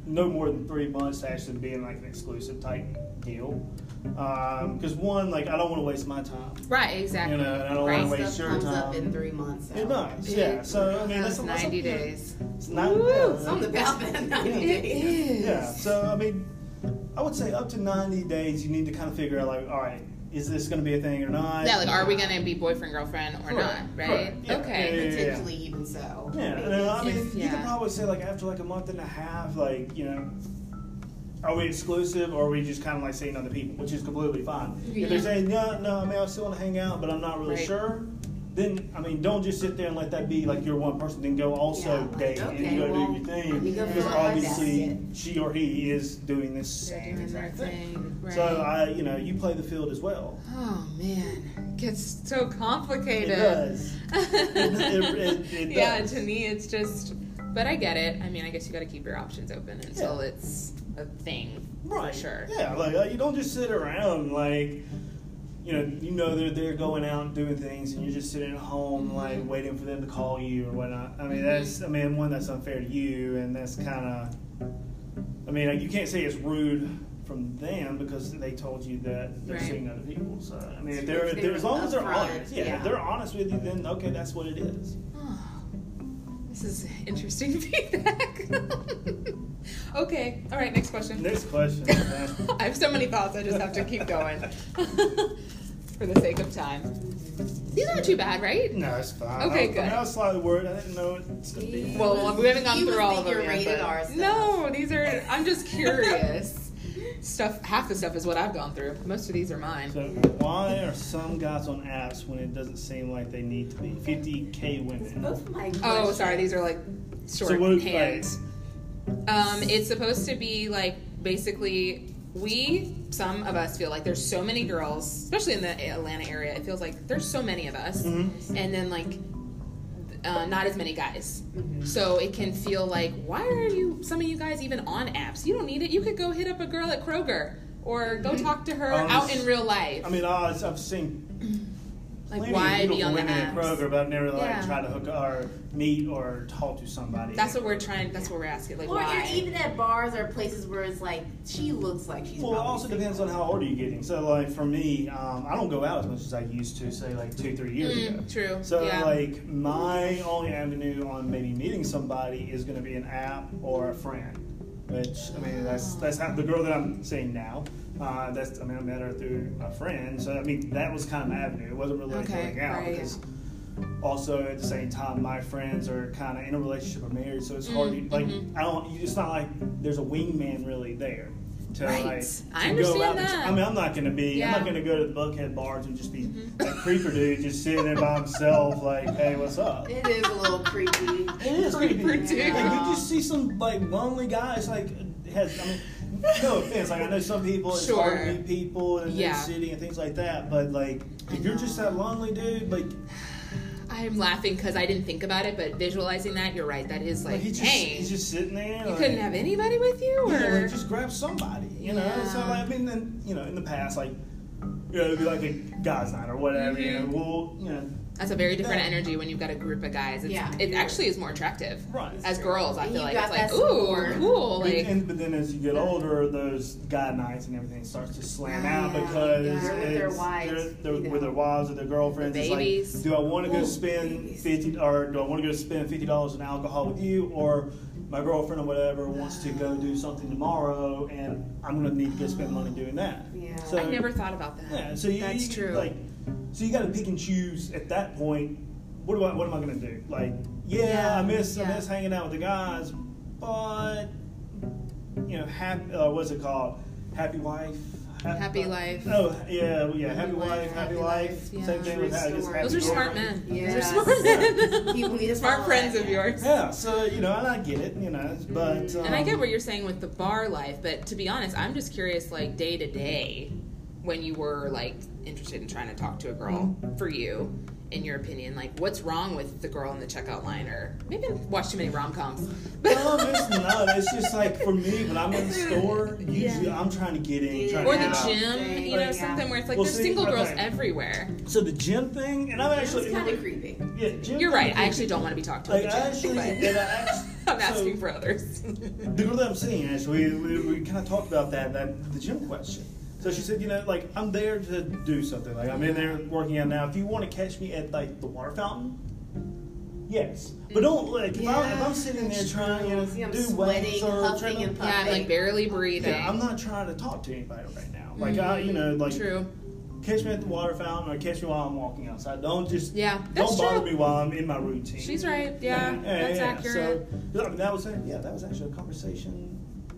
no more than three months to actually be in like an exclusive type deal. Because one, like I don't want to waste my time. right, exactly. You know, and I don't right. wanna wait stuff your comes up time. in three months. So. It does, yeah. So I mean, that's, That's a- that's a- 90 yeah, days. It's not. Woo, Something about that. It is. Yeah. So I mean, I would say up to ninety days, you need to kind of figure out like, all right, is this going to be a thing or not? Yeah, like are we gonna be boyfriend girlfriend or uh, Correct, not? Right? correct. Yeah, Okay. yeah, yeah. Potentially even so. Yeah, Maybe. and then, I mean, If- you could yeah. probably say like after like a month and a half, like you know, are we exclusive or are we just kind of like seeing other people, which is completely fine. If Yeah. they're saying no, no, I mean, I still want to hang out, but I'm not really Right. sure. Then I mean, don't just sit there and let that be like your one person. Then go Yeah, also like, date okay, and go well, do your let me thing go because fill out my obviously basket. she or he is doing this They're same doing exact their thing. thing, Right. So I, you know, you play the field as well. oh man, gets so complicated. It does. it- it- it yeah, does. to me, it's just. But I get it. I mean, I guess you got to keep your options open until Yeah. it's a thing, Right. For sure. Yeah, like uh, you don't just sit around like you know, you know they're they're going out and doing things and you're just sitting at home Mm-hmm. like waiting for them to call you or whatnot. I mean that's I mean one that's unfair to you and that's kinda I mean like, you can't say it's rude from them because they told you that they're Right. seeing other people. So I mean if If they're, if they they're were as long as they're upfront, honest, yeah, yeah. if they're honest with you then okay that's what it is. Oh, this is interesting feedback. okay. All right. Next question. Next question. man. I have so many thoughts. I just have to keep going for the sake of time. These aren't too bad, right? no, it's fine. Okay, I was- good. That was slightly word. I didn't know it's gonna be. Well, we haven't gone You through would all of think them you're yet. rated R But stuff. no, these are. I'm just curious. stuff. Half the stuff is what I've gone through. Most of these are mine. So why are some guys on apps when it doesn't seem like they need to be? 50k women. Both of my Oh, questions. sorry. These are like short what- hands. Um, it's supposed to be like basically we some of us feel like there's so many girls, especially in the Atlanta area. It feels like there's so many of us, Mm-hmm. and then like uh, not as many guys. Mm-hmm. So it can feel like, why are you, some of you guys even on apps? You don't need it. You could go hit up a girl at Kroger or go talk to her Um, out in real life. I mean, I- I've seen like, plenty why of be beautiful on the women apps? at Kroger, but I've never like Yeah. tried to hook or meet or talk to somebody. That's what we're trying, that's what we're asking. Like, Or why? you're even at bars or places where it's like she looks like she's. Well, it probably also depends on how old are you getting. So, like for me, um, I don't go out as much as I used to, say like two, three years Mm, ago. true. So, yeah. like my only avenue on maybe meeting somebody is going to be an app or a friend, which I mean that's Oh. that's how the girl that I'm seeing now. Uh, that's I mean I met her through a friend, so I mean that was kind of my avenue. It wasn't really Okay, going out right. because also at the same time my friends are kind of in a relationship or married, so it's hard. Mm, to, like mhm. I don't, you- it's not like there's a wingman really there. To, Right. like, I to go understand out and- that. I mean, I'm not going to be. I'm Yeah. Mm-hmm. not going to go to the Buckhead bars and just be a creeper dude just sitting there by himself, like, hey, what's up? It is a little creepy. It is Creeper creepy. dude. Like, you just see some like lonely guy. It's like has. I mean, no offense. Like I know some people it's hard Sure. to meet people in the Yeah. city and things like that. But like, I if you're just know. that lonely dude, like, I'm laughing because I didn't think about it, but visualizing that, you're right. That is like like, he's just dang, he's just sitting there. you like, couldn't have anybody with you, or Yeah, like just grab somebody, you know. So Yeah. like, I mean, then you know, in the past, like, you know, it'd be like a guys' night or whatever. You know, Mhm. well, you know, that's a very different Yeah. energy when you've got a group of guys. It's, Yeah. it actually is more attractive. right. As girls, I And feel you like it's got like, that ooh, support. cool. But- Like, and- but then as you get older, those guy nights and everything starts to slam Right. out because Ah, Yeah. They're with their it's- wives, they're- they're you know. with their wives or their girlfriends. The It's like, babies. do I want to go Ooh, spend babies. fifty or do I want to go spend fifty dollars on alcohol with you, or my girlfriend or whatever wants to go do something tomorrow, and I'm gonna need to go spend money doing that. Yeah. So, I never thought about that. Yeah. So you, Um, That's you- true. Like, so you got to pick and choose at that point. What do I? What am I gonna do? Like, yeah, Yeah, I miss yeah. I miss hanging out with the guys, but you know, happy. Uh, what's it called? Happy wife. Happy life. Oh yeah, yeah. Happy, Happy wife, life, happy happy life. life, Same yeah. thing with that. I guess Those happy Those are Norman. smart men. Yeah. Those are smart men. People need to smart follow friends that. of yours. Yeah, so you know, and I get it, you know, but um, Mm. And I get what you're saying with the bar life, but to be honest, I'm just curious, like day to day, when you were like interested in trying to talk to a girl for you, in your opinion, like what's wrong with the girl in the checkout line, or maybe I've watched too many rom coms. No, there's not. It's just like for me when I'm in the store, usually I'm trying to get in, trying or to the get out. gym, you know, something where it's like Well, there's see, single girls okay. everywhere. So the gym thing, and I'm It's actually kind of creepy. yeah, gym You're right. thing- I actually don't want to be talked to. Like in I the actually, gym, and I but I'm act- asking so, for others. the girl that I'm seeing, actually, we, we, kind of talked about that, that the gym question. So she said, you know, like I'm there to do something. Like I'm in there working out now. If you want to catch me at like the water fountain, yes. But don't like if, I, if Yeah, I'm sitting there that's trying true. to See, I'm do weights sweating, or huffing trying and yeah, I'm like barely breathing. yeah, I'm not trying to talk to anybody right now. Like I, Mm-hmm. you know, like True. catch me at the water fountain or catch me while I'm walking outside. Don't just Yeah, don't that's bother true. me while I'm in my routine. She's right. Yeah, that's accurate. So, I mean, that was yeah, that was actually a conversation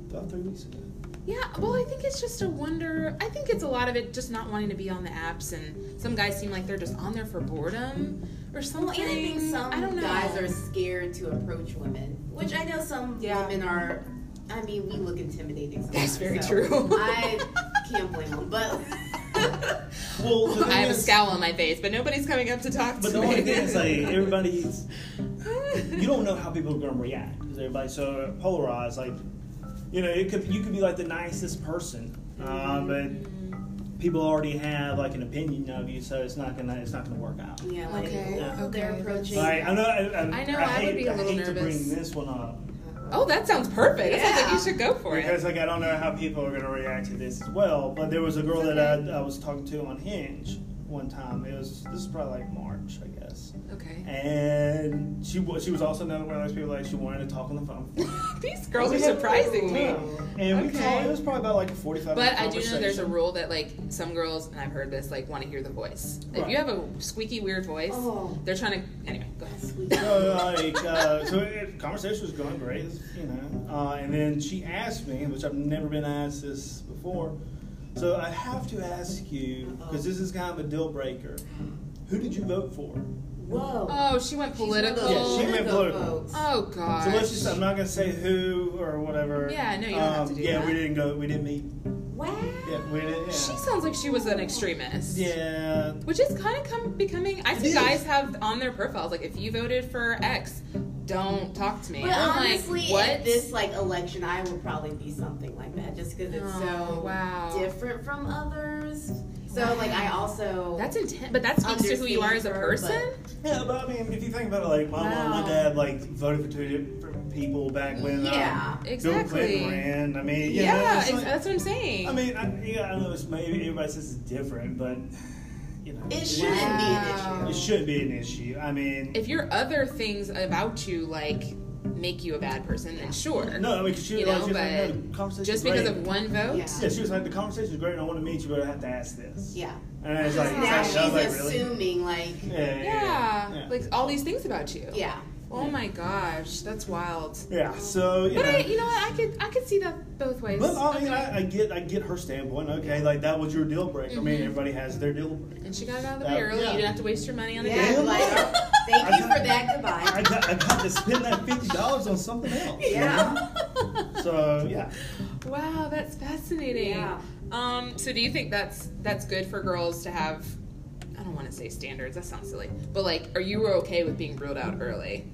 about three weeks ago. Yeah, well, I think it's just a wonder. I think it's a lot of it just not wanting to be on the apps, and some guys seem like they're just on there for boredom or something. Well, and I think some I don't know. guys are scared to approach women, which I know some Yeah. women are. I mean, we look intimidating. That's Sometimes, very so true. I can't blame them, but Well, the I thing have a is- scowl on my face, but nobody's coming up to talk But to the me. only thing is, like, everybody's you don't know how people are going to react because everybody's so polarized. Like, you know, it could you could be like the nicest person, uh, Mm-hmm. but people already have like an opinion of you, so it's not gonna it's not gonna work out. yeah, like Okay, they're okay, approaching. Like, I know. I, I, I know, I would hate, be a little hate to nervous. bring this one up oh, that sounds perfect. It sounds like you Yeah. should go for it. because, like, I don't know how people are going to react to this as well. But there was a girl that I, I was talking to on Hinge one time. It was this is probably like March, I guess. Okay. And she wa- she was also another one of those people like she wanted to talk on the phone. These girls are We had- surprising me. Yeah. And we Okay. talked. It was probably about like a forty-five. But minute I do know there's a conversation. rule that like some girls, and I've heard this, like want to hear the voice. If Right. you have a squeaky weird voice, Oh. they're trying to. Anyway, go ahead. Sweet. so like, uh, so it, conversation was going great, you know. Uh, and then she asked me, which I've never been asked this before. So I have to ask you because this is kind of a deal breaker. Who did you vote for? Whoa. Oh, she went political. Yeah, she went political. folks. Oh god. So let's just—I'm not gonna say who or whatever. Um, Yeah, no, you don't have to do Yeah, that. we didn't go. We didn't meet. Wow. Yeah, we didn't. Yeah. She sounds like she was an extremist. yeah. Which is kind of come, becoming. I It see is. guys have on their profiles like, if you voted for X, don't talk to me. But I'm honestly, like, what? at this like election, I would probably be something like that, just because it's Oh, so wow. different from others. So like, I also That's intense. But that speaks to who you are as a person. Understand her, Yeah, but I mean, if you think about it, like my mom, Wow. my dad, like voted for two different people back when Yeah, um, Bill exactly. Clinton ran. I mean, you know, yeah, it's ex- like- that's what I'm saying. I mean, I, yeah, I know it's maybe everybody says it's different, but you know, it shouldn't be an Wow. issue. it should be an issue. I mean, if your other things about you like make you a bad person, then sure. no, I mean, 'cause she, you like, know, she was like, no, but the conversation Just because great. of one vote. Yeah. yeah, she was like, the conversation is great. and I want to meet you, but I have to ask this. Yeah. and it's like, now it's she's like, I was like, really? assuming like, Yeah, yeah, Yeah, yeah, yeah. like all these things about you. yeah. Oh my gosh, that's wild. Yeah, So you But I, know. you know what, I could, I could see that both ways. but I mean, I, I get, I get her standpoint. Okay, like that was your deal breaker. I Mm-hmm. mean, everybody has their deal breaker. and she got it out of the Uh, way early. yeah. You didn't have to waste your money on the Yeah, day. like, thank you for that. I Goodbye. got, I got to spend that fifty dollars on something else. you Yeah. know? So yeah. Wow, that's fascinating. Yeah. Um, so do you think that's that's good for girls to have? I don't want to say standards. That sounds silly. But like, are you okay with being ruled out early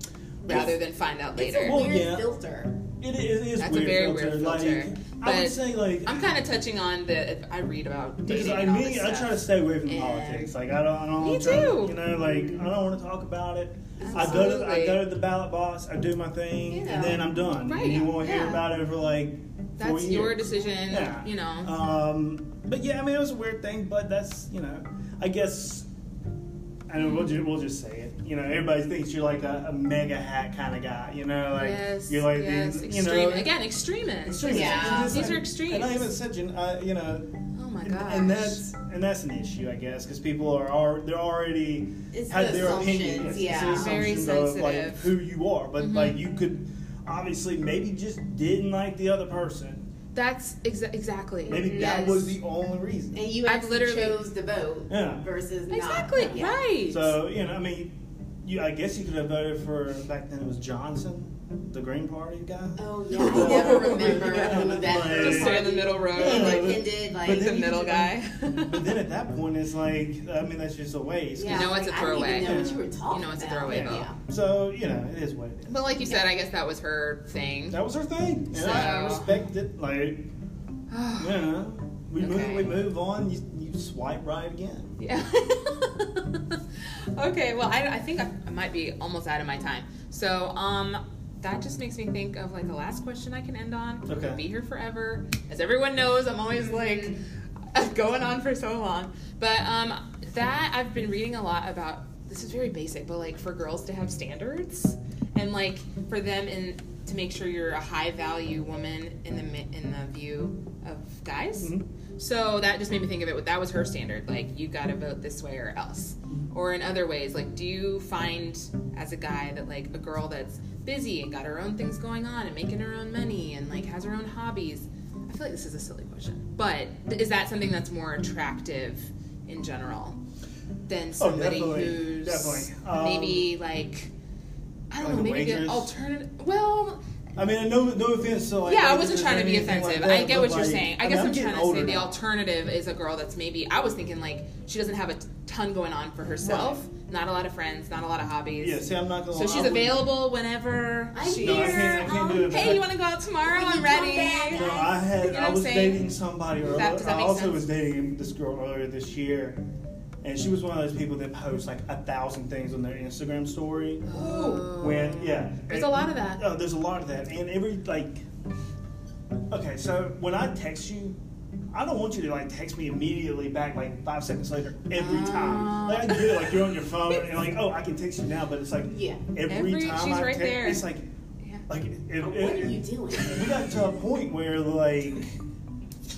rather than find out It's a later? Well, weird yeah. filter. It is, it is That's a weird very filter. weird like, filter. I But would say like I'm kind of touching on the. If I read about because dating I and all mean this I stuff. try to stay away from And- politics. Like I don't, I don't Me try, too. You know, like I don't want to talk about it. I go to I Absolutely. go to the ballot box. I do my thing, Yeah. and then I'm done. Right, And you won't hear yeah. about it for like. four That's your years. decision. Yeah. You know. Um, but yeah, I mean, it was a weird thing, but that's, you know, I guess, I know, we'll, just, we'll just say it. You know, everybody thinks you're like a, a mega hat kind of guy. You know, like yes. you're like yes. these, you Extreme. know, Again, extremists. extremists. Yeah. It's These like- are extremes. And I even said, you know, I- you know, Oh my and, gosh. and that's and that's an issue, I guess, because people are, are they're already It's have the their assumptions, opinion. It's- it's the yeah. Mm-hmm. Very assumptions of like sensitive. who you are, but Mhm. like you could obviously maybe just didn't like the other person. That's exa- exactly. Maybe Yes. that was the only reason. And you I've actually literally- chose to vote Yeah. versus not. Exactly. Yeah. Right. So you know, I mean, you I guess you could have voted for back then it was Johnson, the Green Party guy. Oh yeah, I never remember who that Like- first Just sit in the middle row, Yeah. like Independent, like But the then you middle just- guy. But then at that point, it's like I mean, that's just a waste. yeah, You know like, it's a I don't even throwaway. know what you were talking You know it's a about. throwaway Yeah. vote. So you know, it is what it is. But like you said, I guess that was her thing. That was her thing, and I, I So- respect it. Like, yeah, we move, Okay. we move on. You, you swipe right again. Yeah. okay. Well, I, I think I, I might be almost out of my time. So um, that just makes me think of like the last question I can end on. We could Okay. Be here forever. As everyone knows, I'm always like going on for so long. But um, that I've been reading a lot about. This is very basic, but like for girls to have standards and like for them in to make sure you're a high value woman in the mi- in the view of guys. Mhm. So that just made me think of it. That was her standard. Like, you got to vote this way or else. Or in other ways, like, do you find as a guy that, like, a girl that's busy and got her own things going on and making her own money and, like, has her own hobbies? I feel like this is a silly question. But th- is that something that's more attractive in general than somebody Oh, definitely. who's Definitely. Um, maybe, like, I don't like know, a maybe an waitress? alternative? Well, I mean, no, no offense. So like, yeah, I like, wasn't or trying to be anything like offensive. that, I get but, what you're like, saying. I mean, guess I I'm am getting trying to say older the now. alternative is a girl that's maybe I was thinking like she doesn't have a ton going on for herself, not a lot of friends, not a lot of hobbies. Yeah, see, I'm not gonna. so lie, I she's wouldn't- available whenever I'm she's No, I here. can't. I can't do Um, it. Hey, you want to go out tomorrow? When you I'm come ready. back, No, I had. You know what I I'm was saying? dating somebody. Earlier. that- does that I make also sense? was dating this girl earlier this year, and she was one of those people that posts like a thousand things on their Instagram story. When yeah, There's a lot of that. Oh, there's a lot of that, and every like. Okay, so when I text you, I don't want you to like text me immediately back like five seconds later every Ah. time. Like I get it, like you're on your phone and like oh I can text you now, but it's like Yeah. every, Every- time she's I right text, there. it's like Yeah. like it, it, What are it- you doing? we got to a point where like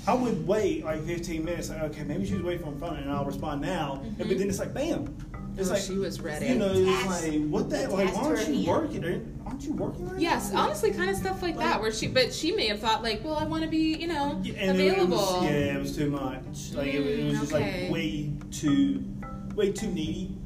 I would wait like 15 minutes. Like, okay, maybe she's waiting for my phone, and I'll respond now. And- But then it's like, bam! Mm-hmm. Oh, It's like she was ready. You know, it's Attached- like what attached the like? Why to aren't her you hand. working? dude? Aren't you working? Right Yes, now? honestly, kind of stuff like that, where she, but she may have thought like, well, I want to be, you know, Yeah, and it- available. It was, yeah, it was too much. Like it, was- it was Mm, just okay. like way too, way too needy.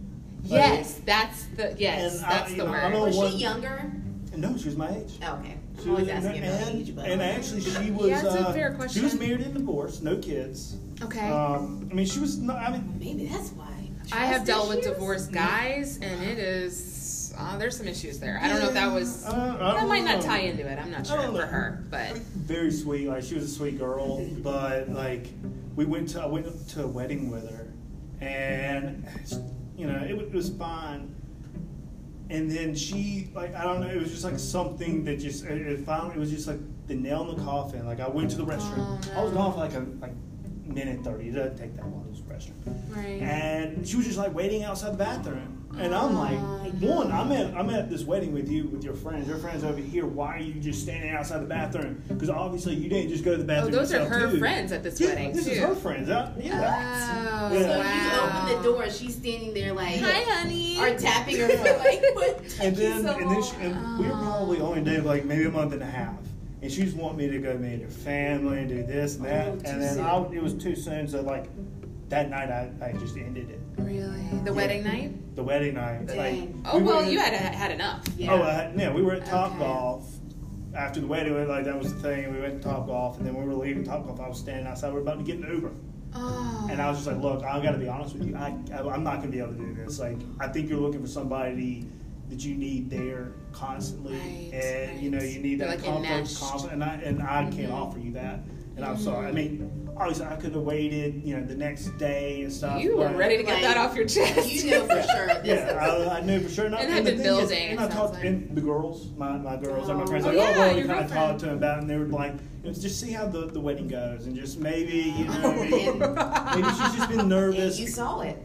Like, Yes, that's the yes, And I- that's you the know, I word. don't- Was One- she younger? No, she was my age. Oh, okay. She I'm always was- asking about and, age, but and actually, she was. Yeah, it's a uh, fair She was question. married and divorced, no kids. okay. Um, I mean, she was. Not, I mean, maybe that's why. I have Trust dealt with issues? divorced guys, and it is uh, there's some issues there. I don't know if that was I don't- I that don't might not know. tie into it. I'm not I sure don't for know. her, but very sweet. Like she was a sweet girl, but like we went to I went to a wedding with her, and you know it, wa- it was fine. And then she like I don't know it was just like something that just it, it found it was just like the nail in the coffin. Like I went to the restroom. Oh, I was no. gone for like a like minute thirty. It doesn't take that long. It was the restroom. right. and she was just like waiting outside the bathroom. And I'm Ah, like, one, I'm at I'm at this wedding with you with your friends. Your friends over here. Why are you just standing outside the bathroom? Because obviously you didn't just go to the Oh, bathroom. those are yourself, her too. friends at this Yeah, wedding this too. is her friends. I, Oh, yeah. So Yeah. wow. you open the door, and she's standing there like, Hi, honey. or tapping her foot like, what? And then so and then she, and we were probably only dating like maybe a month and a half. And she's want me to go meet her family and do this and that. Oh, and too then soon. I, it was too soon. So like that night I, I just ended it. really, the Yeah. wedding night. The wedding night. Like, Dang. Oh we well, were- you had had enough. Yeah. Oh, uh, yeah, we were at Top Okay. Golf after the wedding. we- Like that was the thing. We went to Top Golf, and then when we were leaving Top Golf, I was standing outside. We were about to get an Uber, Oh, and I was just like, "Look, I got to be honest with you. I, I, I'm not going to be able to do this. Like, I think you're looking for somebody that you need there constantly, Right, and you know right. you need They're, that like, comfort, enmeshed. confidence. And I and I Mhm. can't offer you that. And I'm Mm-hmm. sorry. I mean, obviously, I could have waited. You know, the next day and stuff. you were but- ready to get Like, that off your chest. you know for sure this yeah, is. I, I knew for sure. And, I- And had the been thing is- building, it and I sounds talked like. and the girls, my, my girls and my friends, Oh, like, yeah, oh, well, we your kind of girlfriend. talked to them about, it, and they were like, you know, just see how the, the wedding goes, and just maybe you know, Oh, maybe she's just been and nervous. you saw it.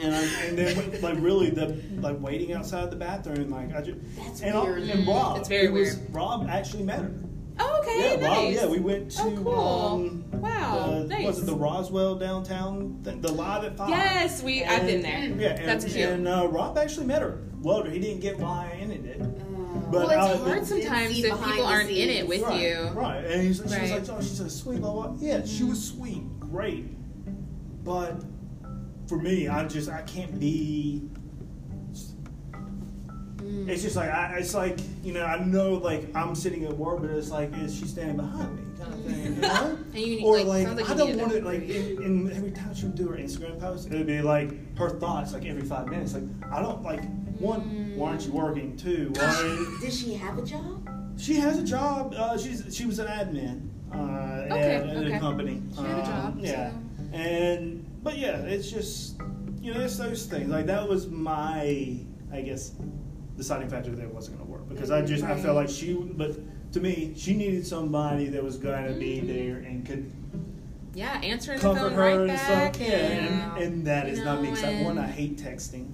And, I, and then, like, really, the like waiting outside the bathroom, like, I just That's and, I- weird. and Rob, It's very it was- weird. Rob actually met her. Oh, okay. yeah, Rob. nice. Yeah, we went to. Oh, cool. Um, Wow, the- nice. Was it the Roswell downtown? Thing, the live at five. Yes, we. I've been Yeah, there. and, That's cute. And uh, Rob actually met her. Loved her. He didn't get why I ended it. Oh. But well, it's I- hard sometimes See if behind people the aren't in it scenes. with right, you. Right. And he's, she Right. was like, oh, she's a sweet, blah, blah. Yeah, she was sweet. Great. But for me, I just, I can't be. Hmm. It's just like, I, it's like, you know, I know, like, I'm sitting at work, but it's like, is she standing behind me? Kind of thing. You know? And you need- or like, like, sounds like I you don't need want to it like in, in every time she would do her Instagram post, it would be like her thoughts like every five minutes. Like I don't like one. Why aren't you working? Two. Why? Does she have a job? She has a job. Uh, she's she was an admin uh, Mm-hmm. Okay, at, at okay. a company. She had a Um, job, Yeah, so- and but yeah, it's just you know it's those things. Like that was my I guess deciding factor that it wasn't going to work because I just I felt like she. But to me, she needed somebody that was going to be Mm-hmm. there and could Yeah, answering the comfort phone her right and back. stuff. Yeah, and, and that you is not me. know, Mm. Cause I, one, and- I hate texting.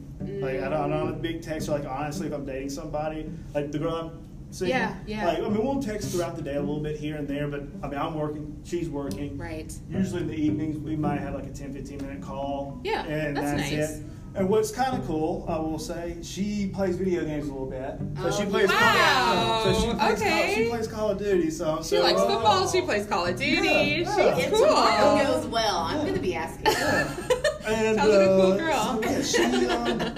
Like I don't, I'm not a big texter. Like honestly, if I'm dating somebody, like the girl I'm seeing, Yeah, yeah. Like I mean, we'll text throughout the day a little bit here and there, but I mean, I'm working, she's working. right. Usually in the evenings, we might have like a 10, 15 minute call. Yeah, and that's that's, nice. it. And what's kind of cool, I will say, she plays video games a little bit. So Oh, she plays wow. Call, so she plays Okay. Call, she plays Call of Duty. So She likes uh, football. She plays Call of Duty. yeah. She's If cool. tomorrow goes well, I'm gonna be asking. And, Sounds like a cool uh, girl. So, yeah, she, uh,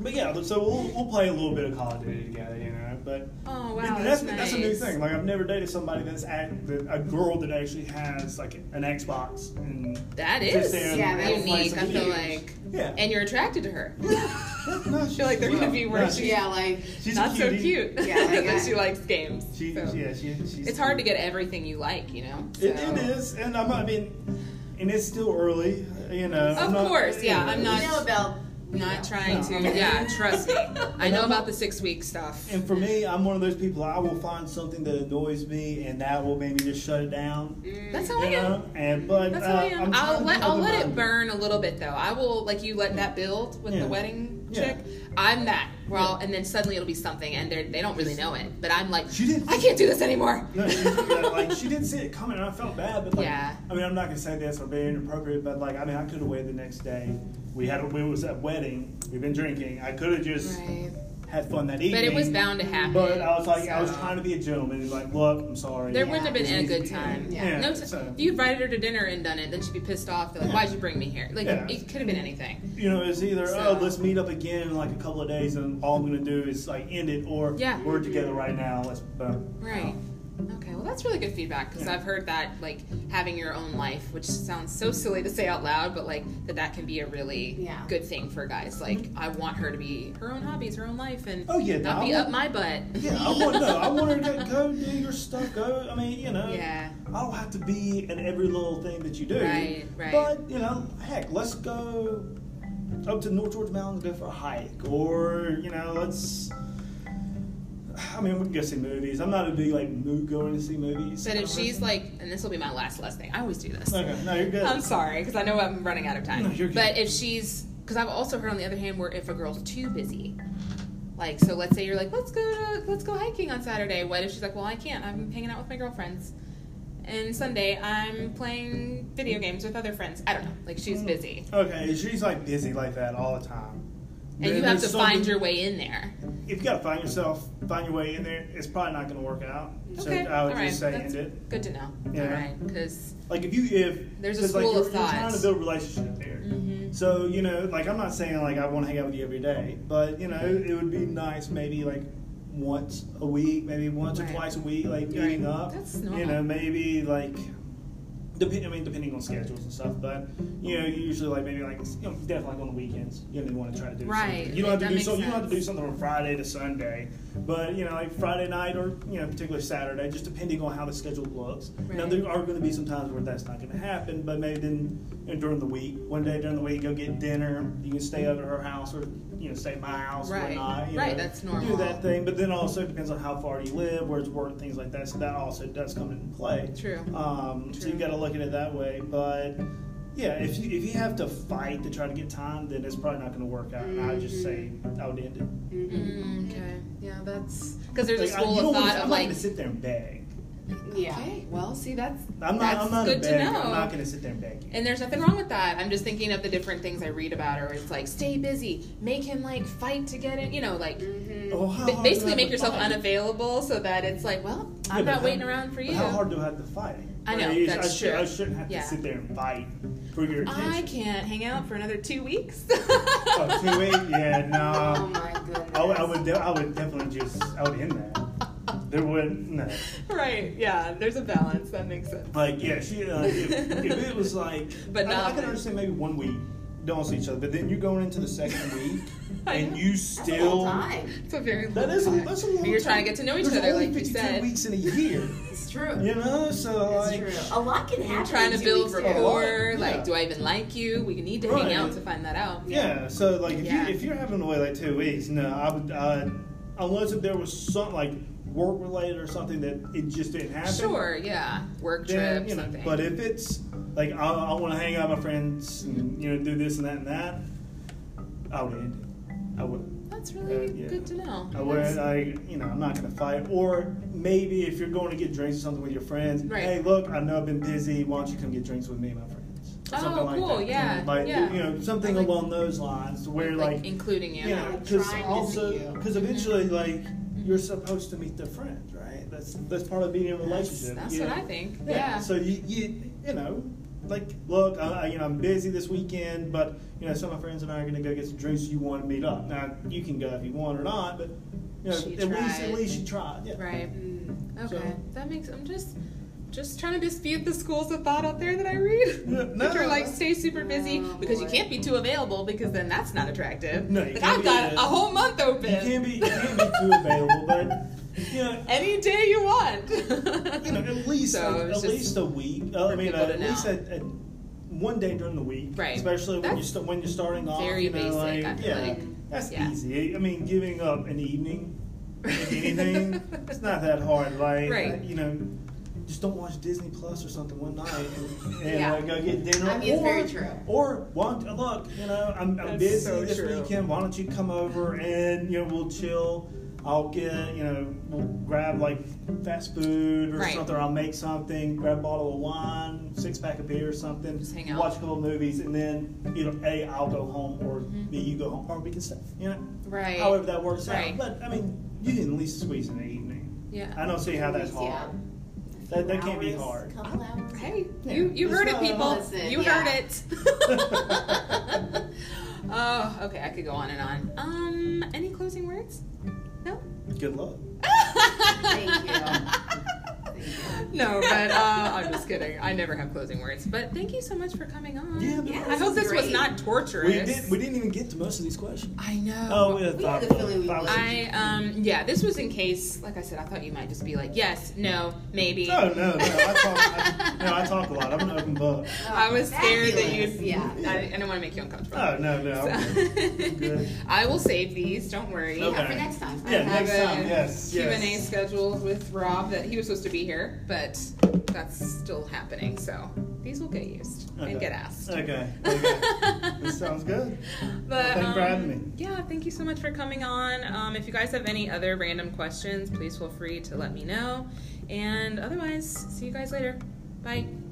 but yeah, so we'll, we'll play a little bit of Call of Duty together, you know. But Oh wow, and that's, that's, that's a new nice. thing. Like I've never dated somebody that's act, that, a girl that actually has like an Xbox and That sits is there and Yeah, that's we'll play unique. some I feel games. like, Yeah. and you're attracted to her. no, feel like they're gonna be worse. she's, yeah, like she's a Not so cutie. cute. Yeah, like that I- she likes games. She, so. yeah, she, she's It's hard to get everything you like, you know. It, So- it is, and I'm, I mean, and it's still early, you know. Of I'm not- course, yeah, I'm you not- know about Not trying No, to. I'm not. Yeah, trust me. I know about the six week stuff. And for me, I'm one of those people. I will find something that annoys me, and that will make me just shut it down. That's how I You am. know? And but Mm. Oh, That's uh, how I am. I'm trying I'll to let be I'll let it open-minded. burn a little bit though. I will like you let that build with Yeah. the wedding Yeah. chick. I'm that. Well, and then suddenly it'll be something, and they they don't really know it. But I'm like, She didn't- I can't do this anymore. No, she, yeah, like she didn't see it coming, and I felt bad. But like, Yeah. I mean, I'm not gonna say that's or very inappropriate, but like, I mean, I could have waited the next day. We had a, we was at wedding. We've been drinking. I could have just Right. had fun that evening. But it was bound to happen. But I was like, I was so. trying to be a gentleman. He's like, look, I'm sorry. There Yeah. wouldn't have been a good time. Yeah. No, t- so- if you invited her to dinner and done it, then she'd be pissed off. They're like, why'd you bring me here? Like, Yeah. it could have been anything. you know, it's either So- oh, let's meet up again in like a couple of days, and all I'm gonna do is like end it, or Yeah. we're together right now. Let's boom. Right. Okay, well, that's really good feedback because Yeah. I've heard that, like, having your own life, which sounds so silly to say out loud, but like, that that can be a really Yeah. good thing for guys. Like, I want her to be her own hobbies, her own life, and Mm-hmm. Oh, yeah, not no, I be want- up my butt. Yeah, I want no, I want her to go- go do your stuff. Go, I mean, you know, Yeah. I don't have to be in every little thing that you do. Right, right. But you know, heck, let's go up to North George Mountains, go for a hike, or you know, let's. I mean, we can go see movies. I'm not a big like mood going to see movies. But kind if of she's person. like, and this will be my last last thing, I always do this. okay, no, you're good. I'm sorry because I know I'm running out of time. No, you're good. But if she's, because I've also heard on the other hand where if a girl's too busy, like so, let's say you're like, let's go to, let's go hiking on Saturday. What if she's like, well, I can't. I'm hanging out with my girlfriends, and Sunday I'm playing video games with other friends. I don't know. Like Hmm. she's busy, Okay, she's like busy like that all the time. and you Then have to there's find something- your way in there. If you gotta find yourself, find your way in there. It's probably not gonna work out. okay. So I would All right. just say That's end it. Good to know. Yeah. All right. Because Like if you if There's a 'cause, like, school you're, of you're trying thoughts. to build a relationship there. mm-hmm. So you know, like I'm not saying like I want to hang out with you every day, but you know, it would be nice maybe like once a week, maybe once Right. or twice a week, like Right. meeting up. That's You normal. know, maybe like. Depend, I mean, depending on schedules and stuff, but you know, you usually like maybe like you know, definitely like on the weekends, you know, you want to try to do Right. Something. You don't have That to do makes so. You don't have to do sense. something from Friday to Sunday, but you know, like Friday night or you know, particular Saturday, just depending on how the schedule looks. Now Right. there are going to be some times where that's not going to happen, but maybe then you know, during the week, one day during the week, go get dinner. You can stay over at her house or you know, stay at my house Right. or not. You Right, know, that's Do normal. that thing, but then also it depends on how far you live, where it's work, things like that. So that also does come into play. True. Um, So True. you got to look at it that way, but Yeah, if you, if you have to fight to try to get time, then it's probably not going to work out. And I would just say I would end it. Mm-hmm. Mm, okay. Yeah, that's. Because there's a Like, I- school you of don't wanna- thought I'm of not like, going to sit there and beg. Yeah. Okay. Well, see, that's. I'm not. That's I'm not good a to beggar. know. I'm not going to sit there and beg you. and there's nothing wrong with that. I'm just thinking of the different things I read about her. It's like stay busy, make him like fight to get in, you know, like Mm-hmm. Oh, how ba- hard do I basically have make to yourself fight? unavailable so that it's like, well, Yeah, I'm but not how- waiting around for but you. How hard do I have to fight? I know, Like, it's- that's I, should, true. I shouldn't have to Yeah. sit there and fight for your attention. I can't hang out for another two weeks. Oh, two weeks? Yeah, Oh no. my goodness. I, would- I would. De- I would definitely just. I would end that. There wouldn't. No. right? Yeah. There's a balance. That makes sense. Like yeah, she. Uh, if, if it was like, But I, I not- can understand maybe one week don't see each other, but then you're going into the second week I and know. you That's a long still. time. It's a very That long is a, time. that's a long You're time. trying to get to know each There's other, only like you 52 said. weeks in a year. It's true. You know, so It's like. true. A lot can happen. You're trying to in two build weeks, too. rapport. Yeah. Like, do I even like you? We need to hang Right. out to find that out. Yeah, so like if Yeah. you if you're having to wait like two weeks, no, I would uh, unless if there was some like work related or something that it just didn't happen. Sure. Yeah. Work Then, trip. you know, something. but if it's like I, I want to hang out with my friends and you know do this and that and that, I would end it. I would. that's really Uh, yeah. good to know. I would. I you know I'm not gonna fight. Or maybe if you're going to get drinks or something with your friends, Right. hey look, I know I've been busy. Why don't you come get drinks with me and my friends? Or Oh, something like cool, that. yeah, Like yeah. you know something Like- along those lines where like, like including you. yeah, like because trying to also see you. because eventually, like Mm-hmm. you're supposed to meet their friends, right? That's that's part of being in a That's, relationship. that's you what know? I think. Yeah. Yeah. So you you you know, like look, I, I- you know I'm busy this weekend, but you know some of my friends and I are gonna go get some drinks. You want to meet up? Now you can go if you want or not, but you know She at least tried. at least you tried. Yeah. Right. Mm. Okay. So- that makes. I'm just. Just trying to dispute the schools of thought out there that I read. No, Which are like no. stay super busy No, because you boy. can't be too available because then that's not attractive. No, you like can't I've be got a available. whole month open. You can't be you can't be too available, but you know. Any day you want. You know, at least So at, it's just- least a week. Uh, I for mean, uh, people to at least know. a, a, one day during the week, Right. Especially when you That's st- when you're starting off. very you know, basic, like, I feel yeah, like. that's Yeah. easy. I mean, giving up an evening, like anything, it's not that hard. Like Right. you know, just don't watch Disney Plus or something one night and, and Yeah. uh, go get dinner. I mean, it's or, very true. Or why don't- look, you know, I'm, That's I'm busy so this true. weekend. Why don't you come over and you know we'll chill. I'll get you know we'll grab like fast food or Right. something. I'll make something. Grab a bottle of wine, six pack of beer or something. Just hang out. Watch a couple of movies and then either a I'll go home or b you go home or we can stay. You know, Right. however that works Right. out. But I mean, you can at least squeeze in the evening. yeah. I don't see how that's Yeah. hard. That, that can't be Hours, hard. Couple hours. Hey, you, you It's heard it, not- people. Listen, you yeah. heard it. oh, okay. I could go on and on. Um, any closing words? No. Good luck. Thank you. No, but uh, I'm just kidding. I never have closing words. But thank you so much for coming on. Yeah, no Yeah, I hope this was great. not torturous. We didn't. We didn't even get to most of these questions. I know. Oh, we had We five. had a feeling we five or would. six. I um yeah, this was in case, like I said, I thought you might just be like, yes, no, maybe. No, Oh, no, no. I talk. I, no, I talk a lot. I'm an open book. I was scared that Oh, Fabulous. you'd. Yeah. I, I didn't want to make you uncomfortable. Oh no, no. I'm good. So- Good. I will save these. Don't worry. Okay. Yeah, for next time. Yeah, I have next a time. Yes, Q and A yes. scheduled with Rob that he was supposed to be here, but that's still happening. So these will get used Okay. and get asked. Okay. okay. this sounds good. But, Thanks for um, having me. Yeah, thank you so much for coming on. Um, if you guys have any other random questions, please feel free to let me know. And otherwise, see you guys later. Bye.